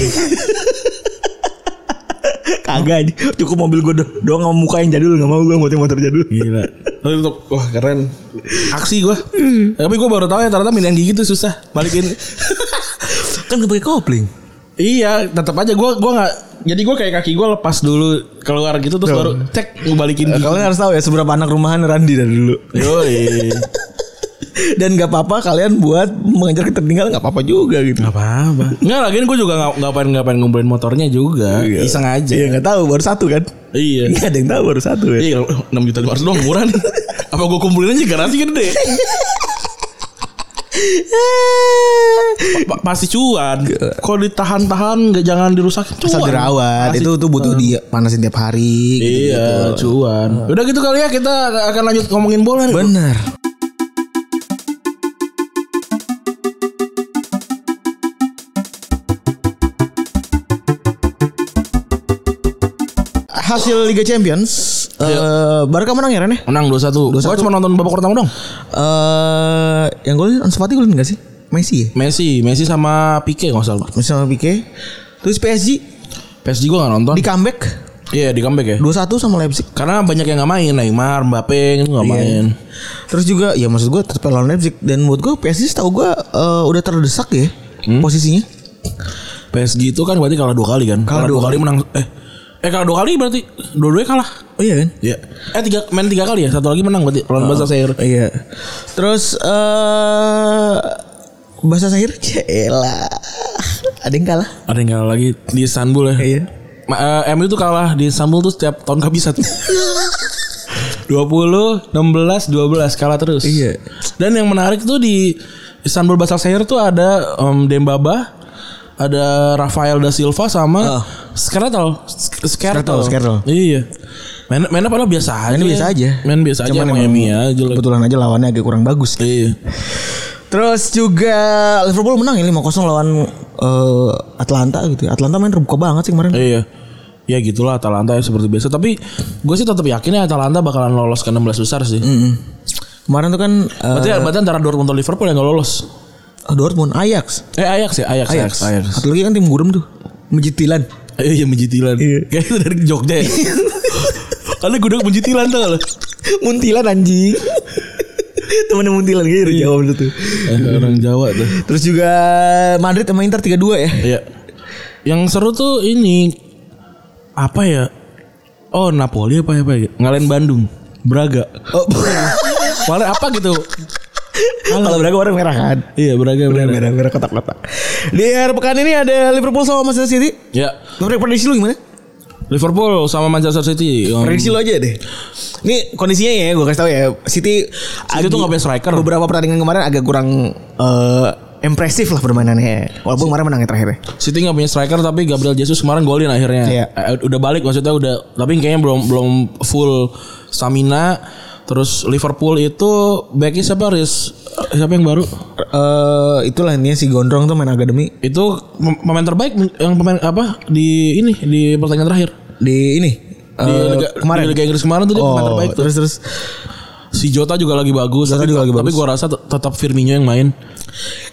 Kagak anjing. Cukup mobil gue do- doang sama muka yang jadul Gak mau gue motor-motor jadul
Gila.
*laughs*
Lalu tuh, wah keren. Aksi gue. Tapi gue baru tahu ya ternyata milihan gigi tuh susah. Balikin.
Kan gak pakai kopling
iya, tetap aja gue gua nggak. Jadi gue kayak kaki gue lepas dulu keluar gitu terus baru cek gue balikin gigi.
Kalian harus tahu ya seberapa anak rumahan Randi dari dulu
*laughs* Yoi.
Dan gak apa-apa kalian buat mengejar ketertinggalan gak apa-apa juga gitu
Gak apa-apa. Enggak lagian gue juga nggak nggak pengen nggak pengen ngumpulin motornya juga. Iseng aja.
Iya gak tahu baru satu kan
Iya.
Gak ada yang tahu baru satu ya
Iya, enam juta lima ratus doang murah nih. Apa gue kumpulin aja garansi gede? Pa- pasti cuan. Kalau ditahan-tahan nggak jangan dirusakin cuan.
Asal dirawat
Pasti
itu tuh butuh dia panasin tiap hari gitu.
Iya, cuan. Udah gitu kali ya kita akan lanjut ngomongin bola. nih.
Bener. Hasil Liga Champions,
Iya.
eh Barca menang ya Ren ya?
Menang 2-1. Gue cuma nonton babak pertama dong.
Eh, yang golin Ansu golin gak sih? Messi ya?
Messi, Messi sama Pique nggak salah.
Messi sama Pique. Terus PSG
PSG gue nggak nonton.
di comeback
Iya, di comeback ya.
2-1 sama Leipzig.
Karena banyak yang nggak main, Neymar, Mbappe itu nggak main.
Terus juga ya maksud gue tetap lawan Leipzig dan menurut gue PSG setahu gue eh, udah terdesak ya
Hmm?
posisinya.
PSG itu kan berarti kalah dua kali kan? Kalah, dua kali. menang. Eh, eh kalah dua kali berarti dua-duanya kalah.
Oh iya kan?
Iya. Eh tiga main tiga kali ya, satu lagi menang berarti lawan Bahasa Sair.
Iya. Terus eh bahasa Sahir Yaelah Ada yang kalah.
Ada yang kalah lagi di Istanbul ya.
Iya.
Ma, eh, MU tuh kalah di Istanbul tuh setiap tahun
*laughs*
kehabisan. 20, 16, 12 kalah terus.
Iya.
Dan yang menarik tuh di Istanbul Basaksehir tuh ada em, Dembaba, ada Rafael da Silva
Ah.
sama Skrtel. Sk- Skrtel.
Skrtel.
Iya. Main mainnya padahal biasa aja.
Mainnya Nah, biasa aja.
Iya. Main biasa aja
Cuman
emang
emang
MU aja. lah.
Kebetulan aja lawannya agak kurang bagus.
Iya.
Terus juga Liverpool menang ya 5-0 lawan eh, Atlanta gitu. ya. Atlanta main terbuka banget sih kemarin.
Iya. Ya gitulah Atalanta ya seperti biasa. Tapi gue sih tetap yakin ya Atalanta bakalan lolos ke 16 besar sih.
Kemarin tuh kan eh, ah,
Berarti, berarti antara Dortmund atau Liverpool yang gak lolos.
Dortmund Ajax.
Eh Ajax ya, Ajax, Ajax. Ajax.
Satu lagi kan tim gurem tuh. Mejitilan.
Eh, iya menjitilan. Kayaknya itu dari Jogja *laughs* ya. Karena gudang menjitilan tuh kalau.
*laughs* Muntilan *laughs* anjing. Temennya Muntilan gitu jawab lu tuh.
Eh, orang Jawa tuh.
Terus juga Madrid sama Inter 3-2 ya.
Iya. Yang seru tuh ini apa ya? Oh Napoli apa ya apa ya? Ngalahin Bandung, Braga.
Oh, *laughs*
Kemarin apa gitu?
kalau Braga warna merah kan.
Iya Braga. Braga.
Merah merah kotak-kotak. Di akhir pekan ini ada Liverpool sama Manchester City.
Ya.
Pre- Prediksi lu gimana?
Liverpool sama Manchester City. Um,
Prediksi lu aja deh. Ini kondisinya ya, gue kasih tau ya. City,
City tuh nggak punya striker.
Beberapa pertandingan kemarin agak kurang eh, impresif lah permainannya. Walaupun kemarin menang ya terakhir ya.
City nggak punya striker tapi Gabriel Jesus kemarin golin akhirnya.
Iya.
Eh, Udah balik maksudnya udah tapi kayaknya belum belum full stamina. Terus Liverpool itu backnya siapa Riz? Eh, Siapa yang baru?
Eh, itulah ini si Gondrong tuh main akademi
Itu pem- pemain terbaik yang pemain apa di ini di pertandingan terakhir.
di ini.
Di
eh,
Liga, di Liga Inggris kemarin tuh dia pemain
Oh,
terbaik tuh.
terus terus
Si Jota juga lagi bagus. tapi,
juga lagi
tapi gua rasa tet- tetap Firmino yang main.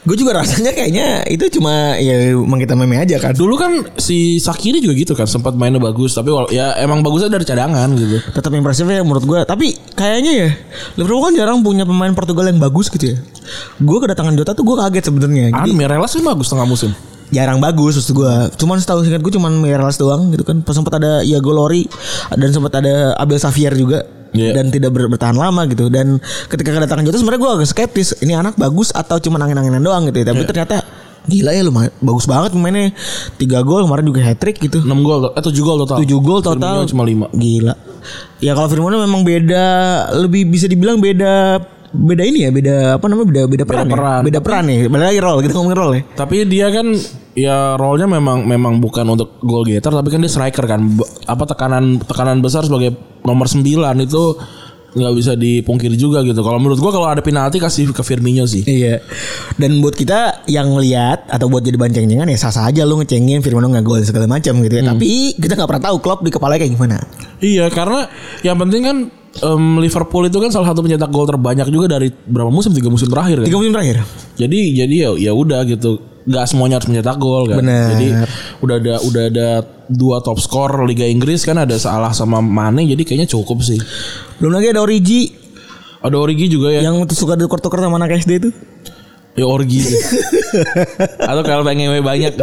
gue juga rasanya kayaknya itu cuma ya emang kita meme aja kan
Dulu kan si Sakiri juga gitu kan sempat mainnya bagus tapi wala- ya emang bagusnya dari cadangan gitu.
tetap impresif ya menurut gue tapi kayaknya ya Liverpool kan jarang punya pemain Portugal yang bagus gitu ya gue kedatangan Jota tuh gue kaget sebenarnya Jadi,
Kan Mireles kan bagus tengah musim.
jarang bagus maksud gue cuman setahu singkat gue cuman Meireles doang gitu kan Pas sempat ada Iago Lori dan sempat ada Abel Xavier juga
Iya.
dan tidak ber- bertahan lama gitu dan ketika kedatangan Jota sebenarnya gue agak skeptis ini anak bagus atau cuma angin-anginan doang
Iya.
gitu ya tapi ternyata gila ya lumayan bagus banget mainnya tiga gol kemarin juga hat trick gitu
6 gol eh 7 gol total.
7 gol total
Firmino cuma 5.
Gila. Ya kalau Firmino memang beda lebih bisa dibilang beda beda ini ya, beda apa namanya? beda beda peran. ya?
peran.
Beda peran ya. Beda lagi role, kita ngomongin role ya.
Tapi dia kan ya role-nya memang memang bukan untuk goal getter tapi kan dia striker kan. B- Apa tekanan tekanan besar sebagai nomor 9 itu nggak bisa dipungkiri juga gitu. Kalau menurut gua kalau ada penalti kasih ke Firmino sih.
Iya. Dan buat kita yang lihat atau buat jadi bahan ceng-cengan ya sah-sah aja lu ngecengin Firmino nggak gol segala macam gitu ya. Tapi kita nggak pernah tahu klub di kepala kayak gimana.
Iya, karena yang penting kan em, Liverpool itu kan salah satu pencetak gol terbanyak juga dari berapa musim? Tiga musim terakhir kan.
Tiga musim terakhir.
Jadi jadi ya ya udah gitu. Gak semuanya harus mencetak gol kan.
Benar.
Jadi udah ada udah ada dua top skor Liga Inggris kan ada salah sama Mane jadi kayaknya cukup sih.
Belum lagi ada Origi
Ada Origi juga ya.
yang suka ditukar-tukar sama anak SD itu. *laughs*
Ya Origi. *laughs* Atau kalau pengen ngewe banyak.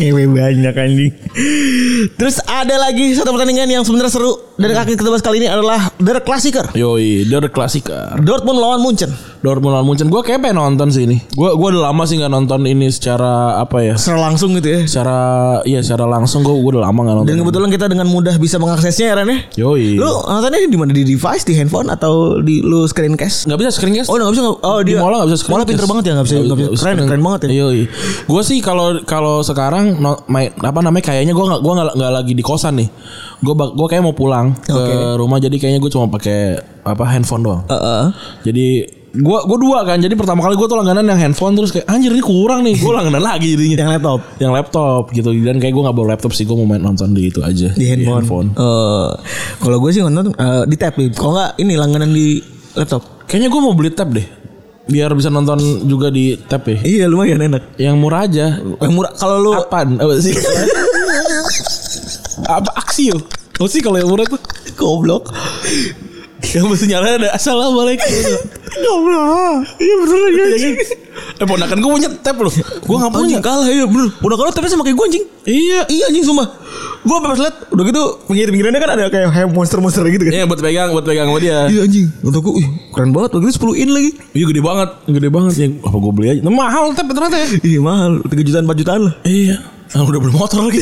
Ngewe banyak anjing. Terus ada lagi satu pertandingan yang sebenarnya seru dan akan kita bahas kali ini adalah Der Klassiker.
Yoi, dia udah klasika.
Dortmund lawan Munchen.
Dortmund lawan Munchen. Gue kayak pengen nonton sih ini. Gue gua udah lama sih nggak nonton ini secara apa ya?
Secara langsung gitu ya.
Secara iya secara langsung gue udah lama nggak nonton.
Dan kebetulan kita dengan mudah bisa mengaksesnya ya Ren ya.
Yoi.
Lu nontonnya di mana di device, di handphone atau di lu screencast?
nggak bisa screen cast.
Oh, nggak bisa. nggak- Oh,
di
dia.
Mola nggak bisa screen
Mola pinter banget ya nggak bisa. nggak bisa. Keren, keren banget ya.
Iya, Gue sih kalau kalau sekarang no- main apa namanya kayaknya gue nggak gua nggak nggak lagi di kosan nih. Gue gue kayak mau pulang
Oke.
ke rumah jadi kayaknya gue cuma pakai apa handphone doang.
Heeh.
Jadi gua gua dua kan. Jadi pertama kali gua tuh langganan yang handphone terus kayak anjir ini kurang nih. Gua langganan *laughs* lagi jadinya.
Yang laptop.
yang laptop gitu dan kayak gua nggak bawa laptop sih gua mau main nonton di itu aja
Di handphone. Eh, kalau gue sih nonton eh, di tab nih. Kalau nggak ini langganan di laptop.
kayaknya gua mau beli tab deh biar bisa nonton juga di tab ya
Iya lumayan enak.
yang murah aja
Yang murah kalau lu
apaan apa sih *laughs* apa aksio Tau sih kalau yang murah tuh
goblok.
yang mesti nyala ada assalamualaikum
Goblok. Iya bener ya. anjing.
eh ponakan gua punya tab loh gua nggak punya
Anjing kalah ya bener. Udah kalah tapi sama kayak gue anjing.
iya
Iya anjing sumpah. Gue pas liat udah gitu pinggir-pinggirannya kan ada kayak kayak monster-monster gitu kan.
Iya buat pegang buat pegang sama dia
Iya anjing. Untuk gue, ih, keren banget. Begitu 10 in lagi.
Iya gede banget, gede banget ya. Apa gue beli aja? Nah, mahal tapi ternyata ya.
Iya mahal, 3 jutaan 4 jutaan lah.
Iya. Ah, udah beli motor
*laughs*
lagi.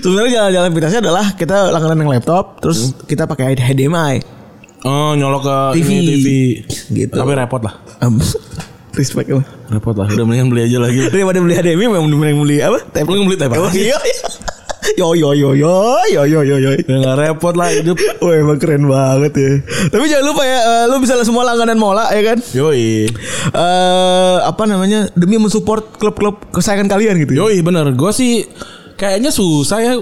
Sebenarnya jalan-jalan pintasnya adalah kita langganan yang laptop, terus kita pakai HDMI.
oh, nyolok ke
TV.
ini, TV.
Gitu.
Tapi repot lah.
Am, respect emang.
Repot lah. Udah mendingan beli aja lagi.
Daripada beli HDMI memang mending beli apa? Tab.
Mending beli ah. tablet.
Oh, Iya. Yo yo yo yo yo yo yo yo.
Udah gak Ya, repot lah hidup.
Wah emang keren banget ya. Tapi jangan lupa ya, eh, lu bisa lah semua langganan Mola ya kan.
Yoi.
Eh apa namanya demi mensupport klub-klub kesayangan kalian gitu. ya.
Yoi bener. Gue sih kayaknya susah ya.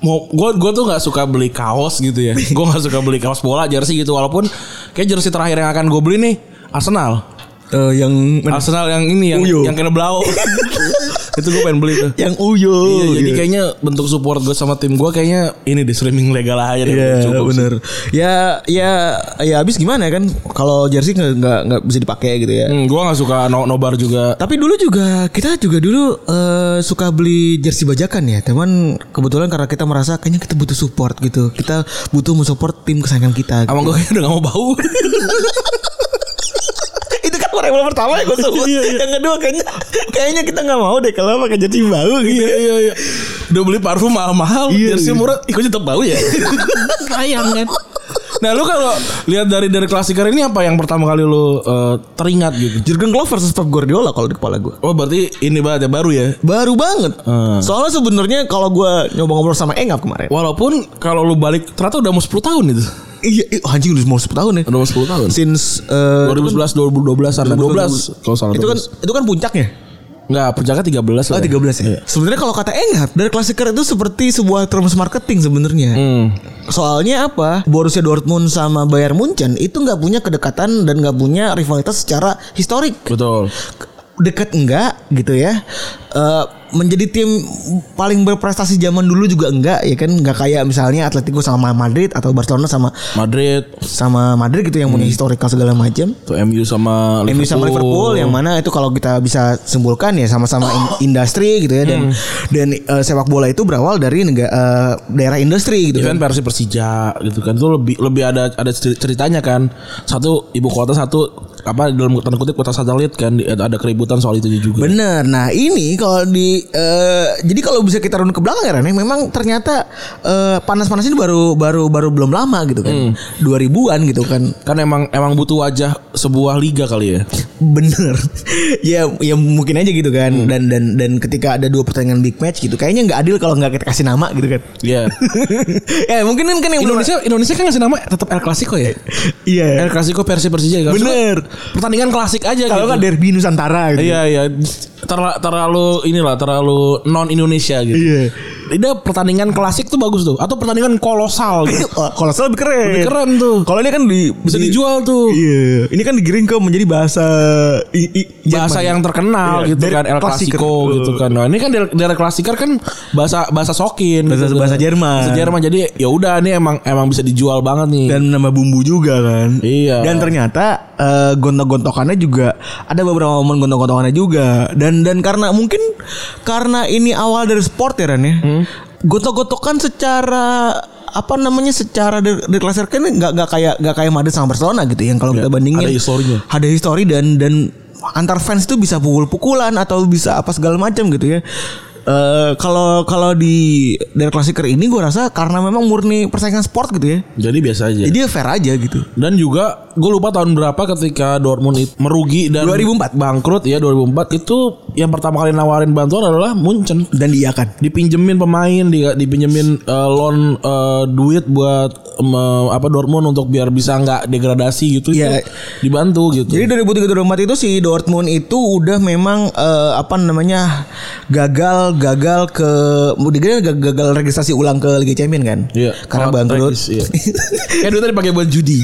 Mau gue gue tuh nggak suka beli kaos gitu ya. Gue nggak suka beli kaos bola jersey gitu. Walaupun kayak jersey terakhir yang akan gue beli nih Arsenal.
Eh, yang
Arsenal yang ini yang
Uyo.
yang kena
*laughs*
belau. itu gue pengen beli tuh.
yang uyo.
Iya, jadi
gitu.
kayaknya bentuk support gue sama tim gue kayaknya ini di streaming legal aja deh.
Iya
Cukup sih.
bener Ya ya ya abis gimana kan Kalau jersey nggak nggak nggak bisa dipakai gitu ya
Hmm, gue gak suka no, nobar juga.
Tapi dulu juga kita juga dulu eh, suka beli jersey bajakan ya. Cuman kebetulan karena kita merasa kayaknya kita butuh support gitu. Kita butuh mensupport tim kesayangan kita. gitu.
Abang gue kayaknya udah gak mau bau.
itu kan variabel pertama *laughs* yang gue sebut. yang kedua kayaknya kayaknya *laughs* kita nggak mau deh kalau pakai jersey bau gitu.
iya iya. Udah beli parfum mahal-mahal,
Iya,
jersey
iya.
murah, ikut tetap bau ya.
*laughs*
Sayang kan. Nah lu kalau lihat dari dari klasiker ini apa yang pertama kali lu eh, teringat gitu?
Jurgen Klopp versus Pep Guardiola kalau di kepala gue.
Oh berarti ini banget ya baru ya.
Baru banget. Soalnya sebenarnya kalau gue nyoba ngobrol sama Engap kemarin.
Walaupun kalau lu balik ternyata udah mau 10 tahun itu.
Iya, iya, anjing udah mau 10 tahun ya.
Udah mau 10 tahun.
Since eh,
2011 2012 an 12 kalau salah Iya.
itu kan itu kan puncaknya.
enggak perjaka 13 lah.
Oh 13 ya.
Iya.
Sebenarnya kalau kata Engap, dari klasiker itu seperti sebuah terms marketing sebenarnya.
Hmm.
Soalnya apa? Borussia Dortmund sama Bayern Munchen itu nggak punya kedekatan dan nggak punya rivalitas secara historik.
Betul.
Dekat enggak gitu ya. Eh, menjadi tim paling berprestasi zaman dulu juga enggak ya kan nggak kayak misalnya Atletico sama Madrid atau Barcelona sama
Madrid,
sama Madrid gitu yang punya
Hmm.
historical segala macam.
tuh MU sama
MU sama Liverpool yang mana itu kalau kita bisa simpulkan ya sama-sama in- industri gitu ya dan dan eh, sepak bola itu berawal dari negara daerah industri gitu kan.
Even Persib Persija gitu kan itu lebih lebih ada ada ceri- ceritanya kan satu ibu kota satu apa dalam tanda kutip kota satelit kan di- ada ada keributan soal itu juga
Bener. Nah ini kalau di eh, jadi kalau bisa kita run ke belakang ya Rane, memang ternyata eh, panas-panas ini baru baru baru belum lama gitu kan. 2000-an gitu kan.
kan emang emang butuh wajah sebuah liga kali ya
Bener. *laughs* ya ya mungkin aja gitu kan. Dan dan dan ketika ada dua pertandingan big match gitu kayaknya nggak adil kalau nggak kita kasih nama gitu kan. *laughs*
*laughs* Iya
ya mungkin kan kan yang
Indonesia Indonesia kan ngasih nama tetap El Clasico ya
Iya.
El Clasico Persib Persija kan
Bener.
pertandingan klasik aja
Kalau
gitu.
kan derby Nusantara gitu.
*laughs* iya iya Terla- terlalu inilah terlalu non Indonesia gitu
Iya.
Dia pertandingan klasik tuh bagus tuh atau pertandingan kolosal *laughs* gitu.
Kalau saya lebih keren.
Lebih keren tuh.
Kalau ini kan di,
Bisa
di-
dijual tuh.
Iya, ini kan digiring ke menjadi bahasa i- i-
bahasa
Jerman.
yang terkenal
Iya,
gitu
dari
kan El
Klassiker.
Clasico gitu kan. Nah, ini kan dari, dari Klassiker kan bahasa bahasa sokin
Bahasa-
gitu.
bahasa Jerman.
Bahasa Jerman. Jadi ya udah nih emang emang bisa dijual banget nih.
dan menambah bumbu juga kan.
Iya.
Dan ternyata eh, gontok-gontokannya juga ada beberapa momen gontok-gontokannya juga. Dan dan karena mungkin karena ini awal dari sport ya Ran ya.
Hmm.
Gontok-gontokan secara apa namanya secara di- diklasirkan nggak nggak kayak nggak kayak Madrid sama Barcelona gitu yang kalau
Iya,
kita bandingin
ada historinya.
ada histori dan dan antar fans itu bisa pukul-pukulan atau bisa apa segala macam gitu ya. Eh, Kalau kalau di dari klasiker ini gue rasa karena memang murni persaingan sport gitu ya.
Jadi biasa aja.
Jadi ya fair aja gitu.
dan juga gue lupa tahun berapa ketika Dortmund itu merugi dan
2004.
bangkrut ya 2004 itu yang pertama kali nawarin bantuan adalah Munchen
Dan diiakan.
dipinjemin pemain di dipinjemin eh, loan eh, duit buat em, eh, apa Dortmund untuk biar bisa nggak degradasi gitu ya
Iya.
dibantu gitu
Jadi 2003-2004 itu si Dortmund itu udah memang eh, apa namanya gagal gagal ke mungkin gagal registrasi ulang ke Liga Champions kan?
Iya.
Karena
Kalau
bangkrut.
tragis,
*laughs*
iya. Kayak duitnya dipakai buat judi.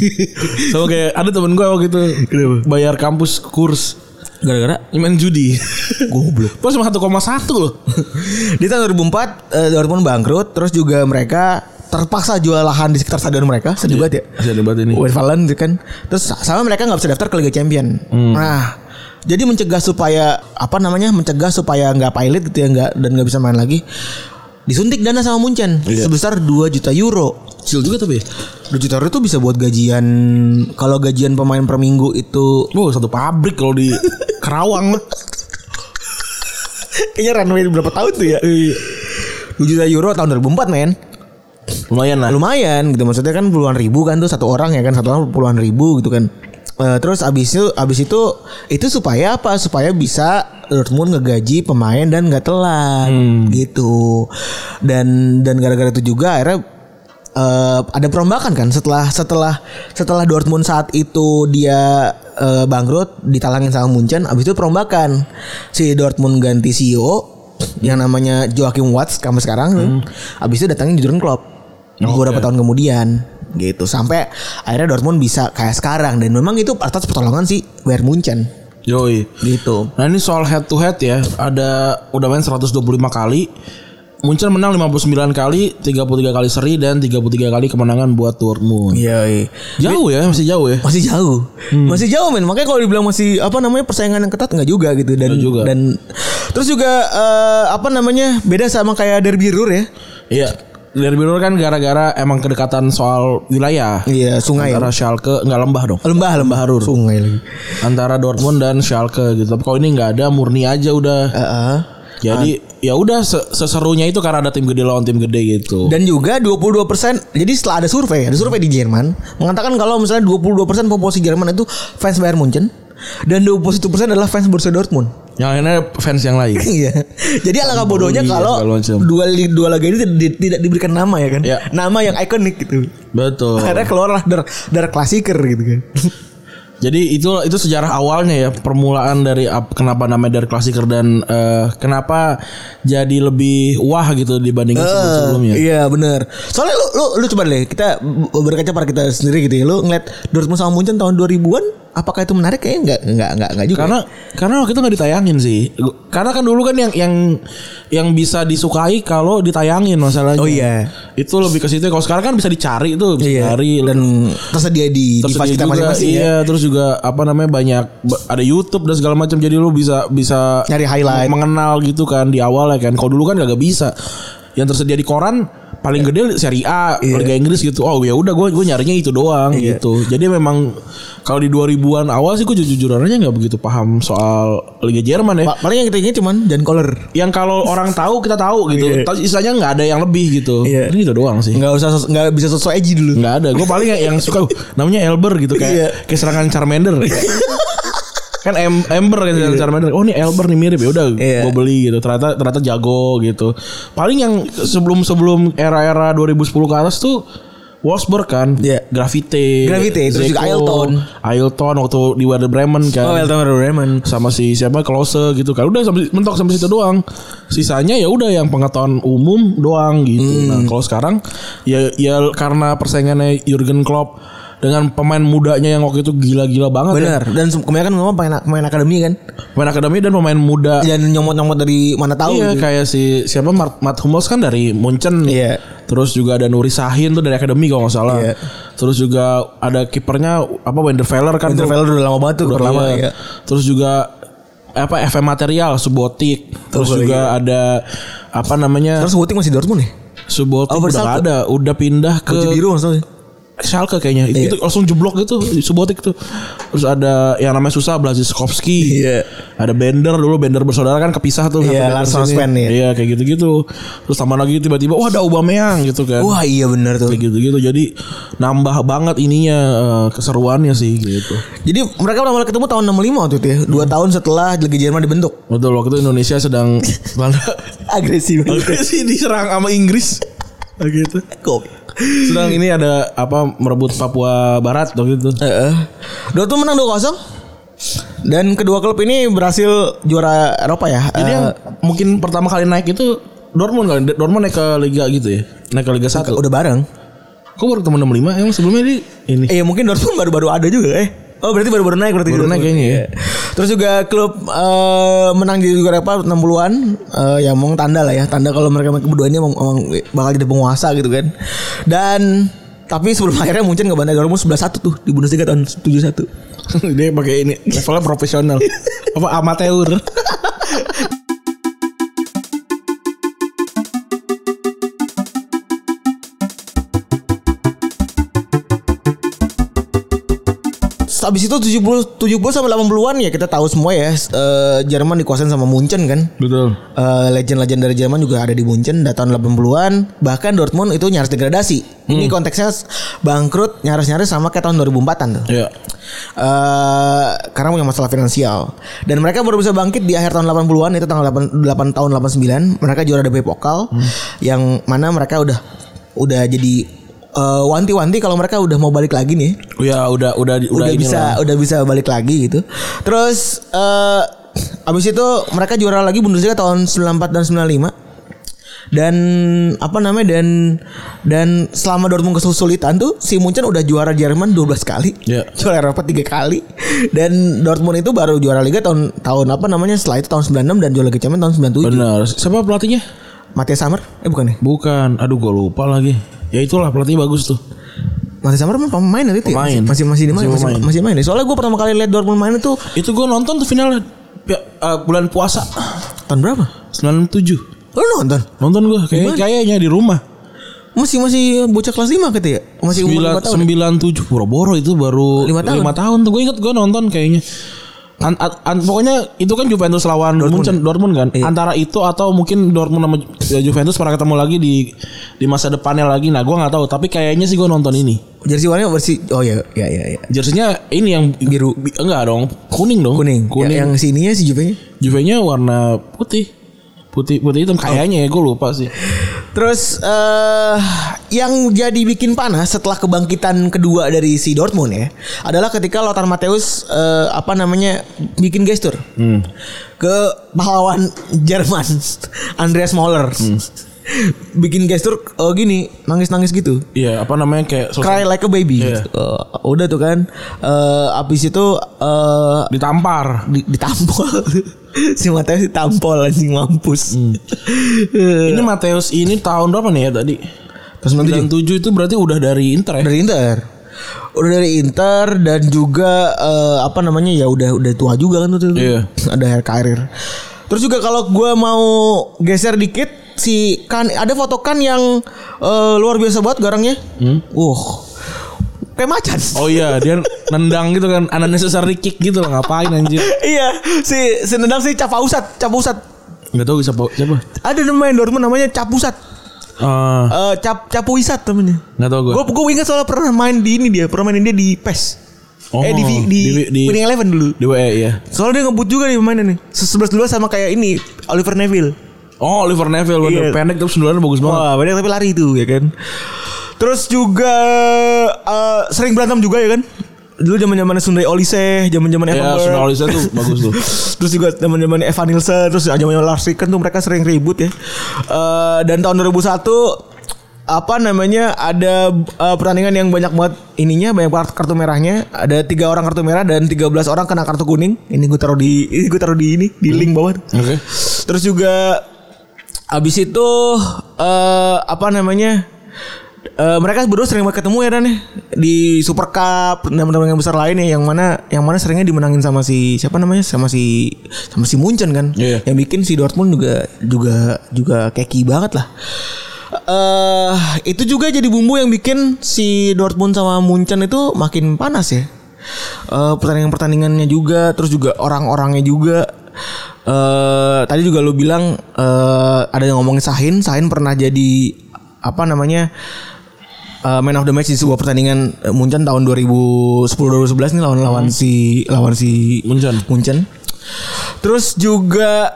Sama kayak ada temen gue waktu itu bayar kampus kurs
Gara-gara
ini main
*laughs*
judi. Goblok. Pas cuma 1,1 loh.
di tahun 2004 eh, Dortmund bangkrut, terus juga mereka terpaksa jual lahan di sekitar stadion mereka
Iya.
sedih banget ya.
Sedih banget ini.
Westfalen gitu kan. Terus sama mereka nggak bisa daftar ke Liga Champion. Nah, jadi mencegah supaya apa namanya mencegah supaya nggak pilot gitu ya nggak dan nggak bisa main lagi disuntik dana sama Munchen sebesar 2 juta euro.
Kecil juga tapi.
2 juta euro itu bisa buat gajian kalau gajian pemain per minggu itu
Wow, satu pabrik kalau di Kerawang.
*coughs* kayaknya runway berapa tahun tuh ya? 2 juta euro tahun 2004 men.
Lumayan lah.
lumayan gitu maksudnya kan puluhan ribu kan tuh satu orang ya kan satu orang puluhan ribu gitu kan Eh, terus abis itu abis itu itu supaya apa supaya bisa Dortmund ngegaji pemain dan nggak telat
Hmm.
gitu dan dan gara-gara itu juga akhirnya eh, ada perombakan kan setelah setelah setelah Dortmund saat itu dia eh, bangkrut ditalangin sama Munchen abis itu perombakan si Dortmund ganti CEO yang namanya Joachim Watts sampai sekarang
Hmm.
abis itu datangin Jurgen Klopp beberapa tahun kemudian gitu sampai akhirnya Dortmund bisa kayak sekarang dan memang itu atas pertolongan si Bayern Munchen
Yoi.
gitu
Nah ini soal head to head ya. Ada udah main 125 kali. Munchen menang 59 kali, 33 kali seri dan 33 kali kemenangan buat Dortmund.
iya
Jauh ya, masih jauh ya.
masih jauh masih jauh men makanya kalau dibilang masih apa namanya persaingan yang ketat nggak juga gitu dan
Nggak juga.
dan terus juga eh, apa namanya beda sama kayak derby Ruhr ya
Iya. Derby Ruhr kan gara-gara emang kedekatan soal wilayah.
iya sungai
Antara Schalke nggak lembah dong.
lembah lembah Ruhr sungai lagi
Antara Dortmund dan Schalke gitu. Tapi kalau ini nggak ada murni aja udah.
Heeh.
Jadi ya udah se- seserunya itu karena ada tim gede lawan tim gede gitu.
Dan juga 22% jadi setelah ada survei, ada survei di Jerman mengatakan kalau misalnya 22% populasi Jerman itu fans Bayern Munchen dan 21% adalah fans Borussia Dortmund. *laughs*
Yang lainnya fans yang lain.
Iya. Jadi alangkah bodohnya
Iya,
kalau
segala macam.
dua li- dua laga ini tidak, tidak diberikan nama ya kan?
Iya.
Nama yang ikonik gitu.
Betul.
Akhirnya keluarlah dar dar klasiker gitu kan.
*laughs* Jadi itu itu sejarah awalnya ya permulaan dari ap- kenapa namanya dari klasiker dan eh, kenapa jadi lebih wah gitu dibandingin
Eh,
sebelumnya.
Iya benar. Soalnya lu lu lu coba deh kita b- berkaca pada kita sendiri gitu ya. Lu ngeliat Dortmund sama Munchen tahun 2000-an apakah itu menarik kayaknya enggak enggak enggak enggak juga.
Karena karena waktu itu nggak ditayangin sih. Gu- Karena kan dulu kan yang yang yang bisa disukai kalau ditayangin masalahnya.
Oh iya.
Itu lebih ke situ. Kalau sekarang kan bisa dicari tuh, bisa
Iya.
cari
dan tersedia di
terus
device
dia
kita
juga,
masing-masing
iya,
ya.
terus juga apa namanya banyak ba- ada YouTube dan segala macam jadi lu bisa bisa
Nyari highlight.
mengenal gitu kan di awal ya kan. Kalau dulu kan gak bisa. Yang tersedia di koran paling gede Serie A,
Iya.
Liga Inggris gitu. Oh ya udah gue gue nyarinya itu doang gitu. Jadi memang kalau di 2000-an awal sih gue jujur-jujurannya nggak begitu paham soal Liga Jerman ya.
Pa- Paling yang kita ingat cuman dan color.
yang kalau orang tahu kita tahu gitu.
Iya.
Tapi Istilahnya nggak ada yang lebih gitu.
Iya.
Ini gitu doang sih.
Enggak usah sos- enggak bisa sosok edgy dulu.
Nggak ada. Gue paling yang suka uh, namanya Elber gitu kayak
Iya.
kayak serangan Charmander. kan em Ember kan serangan Charmander. Oh ini Elber nih mirip ya udah gue
Iya.
beli gitu. Ternyata ternyata jago gitu. Paling yang sebelum sebelum era-era 2010 ke atas tuh Wolfsburg kan,
Iya.
Gravite,
Gravite, terus juga Ailton.
Ailton waktu di Werder Bremen kan.
Oh, Elton Bremen.
sama si siapa Klose gitu kan udah sampai mentok sampai situ doang sisanya ya udah yang pengetahuan umum doang gitu
Hmm.
nah kalau sekarang ya ya karena persaingannya Jurgen Klopp dengan pemain mudanya yang waktu itu gila-gila banget
Benar.
ya.
Dan sem- kemarin kan ngomong pemain, pemain akademi kan.
pemain akademi dan pemain muda
Dan nyomot-nyomot dari mana Ya, tahu.
iya
gitu.
kayak si siapa Mart, Matt Hummels kan dari Munchen
Iya.
terus juga ada Nuri Sahin tuh dari akademi kalau nggak salah
Iya.
terus juga ada kipernya apa Wenderfeller kan tuh.
Interval udah lama banget tuh.
Udah
pertama
iya.
ya.
Terus juga apa FM material Subotik. Terus
Terus
juga ada apa namanya
Oh, iya. Terus Wuting masih Dortmund ya?
Subotik
Oh,
udah
Versalto.
nggak ada, udah pindah ke
Baju biru maksudnya.
Schalke kayaknya. Itu-
Iya.
Itu langsung jeblok gitu Subotik tuh. Terus ada yang namanya Susah Blaziskowski.
Iya.
Ada Bender dulu Bender bersaudara kan kepisah tuh.
Iya,
Bender
Lars
sini.
Sospen, iya.
Iya kayak gitu-gitu. Terus tambah lagi tiba-tiba wah ada Aubameyang gitu kan.
Wah iya benar tuh.
Kayak gitu-gitu. Jadi nambah banget ininya eh, keseruannya sih gitu.
Jadi mereka pertama kali ketemu tahun 65 waktu itu ya. Dua tahun setelah Liga Jerman dibentuk.
Betul waktu itu Indonesia sedang *laughs* Belanda
Agresif.
Agresi diserang sama Inggris. Nah, gitu.
Kok.
Sedang ini ada apa merebut Papua Barat tuh gitu.
Heeh. Dortmund menang 2-0. Dan kedua klub ini berhasil juara Eropa ya.
Jadi
Eh,
yang mungkin pertama kali naik itu Dortmund kali. Dortmund naik ke liga gitu ya. Naik ke liga 1.
Eh, udah bareng.
Kok baru ketemu 65? Emang sebelumnya di ini. *laughs*
Eh mungkin Dortmund baru-baru ada juga eh. Oh berarti baru-baru naik berarti.
Baru naik
Dortmund. Iya.
kayaknya ya.
Terus juga klub eh, menang di Liga Eropa 60-an eh, ya mau tanda lah ya. Tanda kalau mereka berdua ini emang, emang bakal jadi penguasa gitu kan. Dan tapi sebelum *laughs* akhirnya Munchen ngebantai Dortmund 11-1 tuh di Bundesliga tahun 71.
Dia pakai ini levelnya *laughs* profesional. apa amatir.
Habis itu 70 70 sampai 80-an ya kita tahu semua ya eh, Jerman dikuasain sama Munchen kan.
Betul.
Eh, legend-legend dari Jerman juga ada di Munchen dari tahun 80-an bahkan Dortmund itu nyaris degradasi ini konteksnya s- bangkrut nyaris-nyaris sama kayak tahun 2004an tuh
Iya.
Eh, karena punya masalah finansial dan mereka baru bisa bangkit di akhir tahun 80-an itu tanggal 8, 8 tahun 89 mereka juara DP Pokal yang mana mereka udah udah jadi eh, wanti-wanti kalau mereka udah mau balik lagi nih
Ya udah udah udah,
udah,
inilah.
bisa udah bisa balik lagi gitu. Terus eh abis itu mereka juara lagi Bundesliga tahun 94 dan 95 dan apa namanya dan dan selama Dortmund kesulitan tuh si Munchen udah juara Jerman 12 kali,
Iya.
*laughs* juara Eropa 3 kali dan Dortmund itu baru juara liga tahun tahun apa namanya setelah itu tahun 96 dan juara Liga Champions tahun 97.
Benar. Siapa pelatihnya?
Matthias Sammer? Eh bukan ya?
Bukan. Aduh gua lupa lagi. Ya itulah pelatih bagus tuh.
Matthias Sammer mah pemain nanti tuh ya?
Pemain.
Masih masih di
Masih
masih, masih,
pemain.
masih main. ya? Soalnya gue pertama kali lihat Dortmund main itu
Itu gua nonton tuh final pi- eh, bulan puasa
tahun berapa?
97.
Lo nonton?
Nonton gue kayak Eh, kayaknya di rumah.
Masih masih bocah kelas 5 gitu ya? Masih umur
9
5 tahun.
97 boro-boro itu baru
Lima tahun.
5 tahun. tuh Gue inget gue nonton kayaknya. An- an- an- pokoknya itu kan Juventus lawan Munchen Dortmund kan. Antara itu atau mungkin Dortmund sama Ju- ya, Juventus pernah ketemu lagi di di masa depannya lagi. Nah, gua nggak tahu tapi kayaknya sih gue nonton ini.
Jersey warnanya bersih. Oh ya, ya ya ya.
Jersinya ini yang
Biru.
bi- enggak dong, kuning dong.
Kuning.
Kuning.
Ya, yang sininya sih Juve.
Juve-nya warna putih. Putih putih hitam kayaknya ya gue lupa sih.
Terus eh yang jadi bikin panas setelah kebangkitan kedua dari si Dortmund ya adalah ketika Lothar Matthäus eh, apa namanya bikin gestur
Hmm.
ke pahlawan Jerman Andreas Mahler.
Hmm.
bikin gestur eh, gini nangis-nangis gitu.
Iya, apa namanya kayak sosok
Cry like a baby.
Iya.
Eh, udah tuh kan. Eh abis itu eh
ditampar.
di- ditampol *laughs* si Mateus ditampol anjing mampus Eh.
Ini Mateus ini tahun berapa nih ya tadi?
Terus
97 itu berarti udah dari Inter ya?
dari Inter udah dari Inter dan juga eh, apa namanya ya udah udah tua juga kan tuh
Iya.
ada akhir karir terus juga kalau gua mau geser dikit si kan ada foto kan yang eh, luar biasa banget garangnya Wah kayak macan
Oh iya, dia nendang gitu kan, unnecessary kick gitu loh, ngapain anjir?
*laughs* iya si si nendang si Capausat Capusat
Gak tau siapa siapa.
ada namanya Dortmund namanya Capusat
Ah,
Eh cap Capuisat namanya
nggak tau gue.
Gue gue ingat soalnya pernah main di ini dia, pernah mainin dia di PES.
Oh,
eh di di, di,
di- di-
Winning Eleven dulu.
Di WE ya.
Soalnya dia ngebut juga nih pemainnya nih. 11 dua sama kayak ini Oliver Neville.
Oh, Oliver Neville bener
Iya.
pendek tapi sebenarnya bagus banget.
Wah, banyak tapi lari itu ya kan. Terus juga eh, sering berantem juga ya kan? Dulu zaman-zamannya Sundai Olise, zaman-zaman Evan
Ya,
Berg.
Sunalisa tuh bagus tuh.
terus juga zaman-zaman Evan Nielsen, terus zaman-zaman Lars Ricken tuh mereka sering ribut ya. Eh, dan tahun 2001 apa namanya ada eh, pertandingan yang banyak banget ininya banyak banget kartu merahnya ada tiga orang kartu merah dan 13 orang kena kartu kuning ini gue taruh di ini gue taruh di ini di link bawah tuh.
*laughs* Oke.
Terus juga abis itu eh apa namanya? Eh, mereka berdua sering banget ketemu ya Dan ya? di Super Cup dan teman yang besar lain ya yang mana yang mana seringnya dimenangin sama si siapa namanya sama si sama si Munchen kan
Iya.
yang bikin si Dortmund juga juga juga keki banget lah eh itu juga jadi bumbu yang bikin si Dortmund sama Munchen itu makin panas ya Eh, pertandingan-pertandingannya juga terus juga orang-orangnya juga eh tadi juga lu bilang eh ada yang ngomongin Sahin Sahin pernah jadi apa namanya eh, man of the match di sebuah pertandingan eh, Munchen tahun 2010 2011 nih lawan lawan si lawan si
Munchen.
Munchen terus juga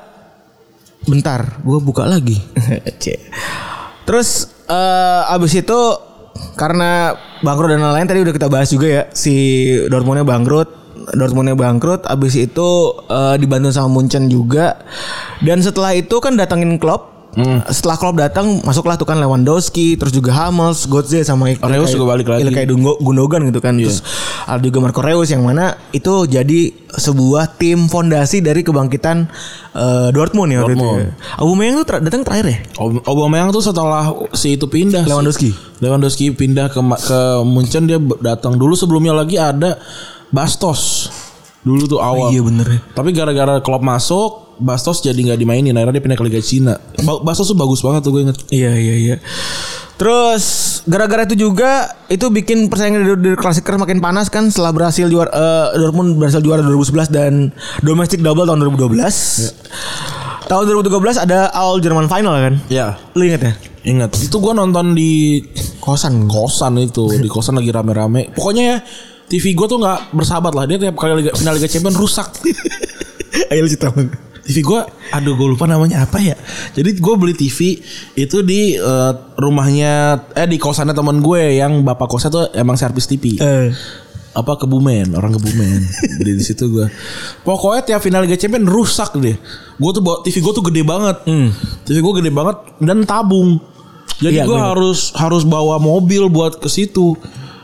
bentar gue buka *laughs* lagi Cek. terus eh, abis itu karena bangkrut dan lain-lain tadi udah kita bahas juga ya si Dortmundnya bangkrut Dortmundnya bangkrut abis itu eh, dibantu sama Munchen juga dan setelah itu kan datangin Klopp
Hmm.
setelah Klopp datang masuklah tuh kan Lewandowski terus juga Hummels Götze sama Ik-
Reus
Ilkay-
juga balik lagi.
Ilkay Dungo- Gundogan gitu kan terus ada juga Marco Reus yang mana itu jadi sebuah tim fondasi dari kebangkitan eh, Dortmund ya waktu itu ya.
Dortmund.
Aubameyang tuh ter- datang terakhir ya
Ob- Aubameyang tuh setelah si itu pindah sih.
Lewandowski.
Lewandowski pindah ke Ma- ke Munchen dia b- datang dulu sebelumnya lagi ada Bastos. Dulu tuh awal.
iya bener ya.
Tapi gara-gara klub masuk Bastos jadi nggak dimainin akhirnya dia pindah ke Liga Cina. Ba- Bastos tuh bagus banget tuh gue inget.
Iya iya iya. Terus gara-gara itu juga itu bikin persaingan dari, dari klasiker makin panas kan setelah berhasil juara eh, Dortmund berhasil juara 2011 dan domestic double tahun 2012. Iya. Tahun 2013 ada All German Final kan?
Ya.
Lu inget ya?
Ingat. Itu gue nonton di
Kosan gua.
kosan itu di kosan lagi rame-rame pokoknya ya TV gue tuh nggak bersahabat lah dia tiap kali liga, final Liga Champion *laughs* rusak
*laughs* Ayo lu cerita.
TV gue aduh gue lupa namanya apa ya jadi gue beli TV itu di eh, rumahnya eh di kosannya teman gue yang bapak kosnya tuh emang servis TV
Eh.
apa kebumen orang kebumen di di situ gue pokoknya tiap final Liga Champion rusak deh gue tuh bawa TV gue tuh gede banget TV gue gede banget dan tabung jadi
Hmm. Iya,
gue
gua ingat.
harus harus bawa mobil buat ke situ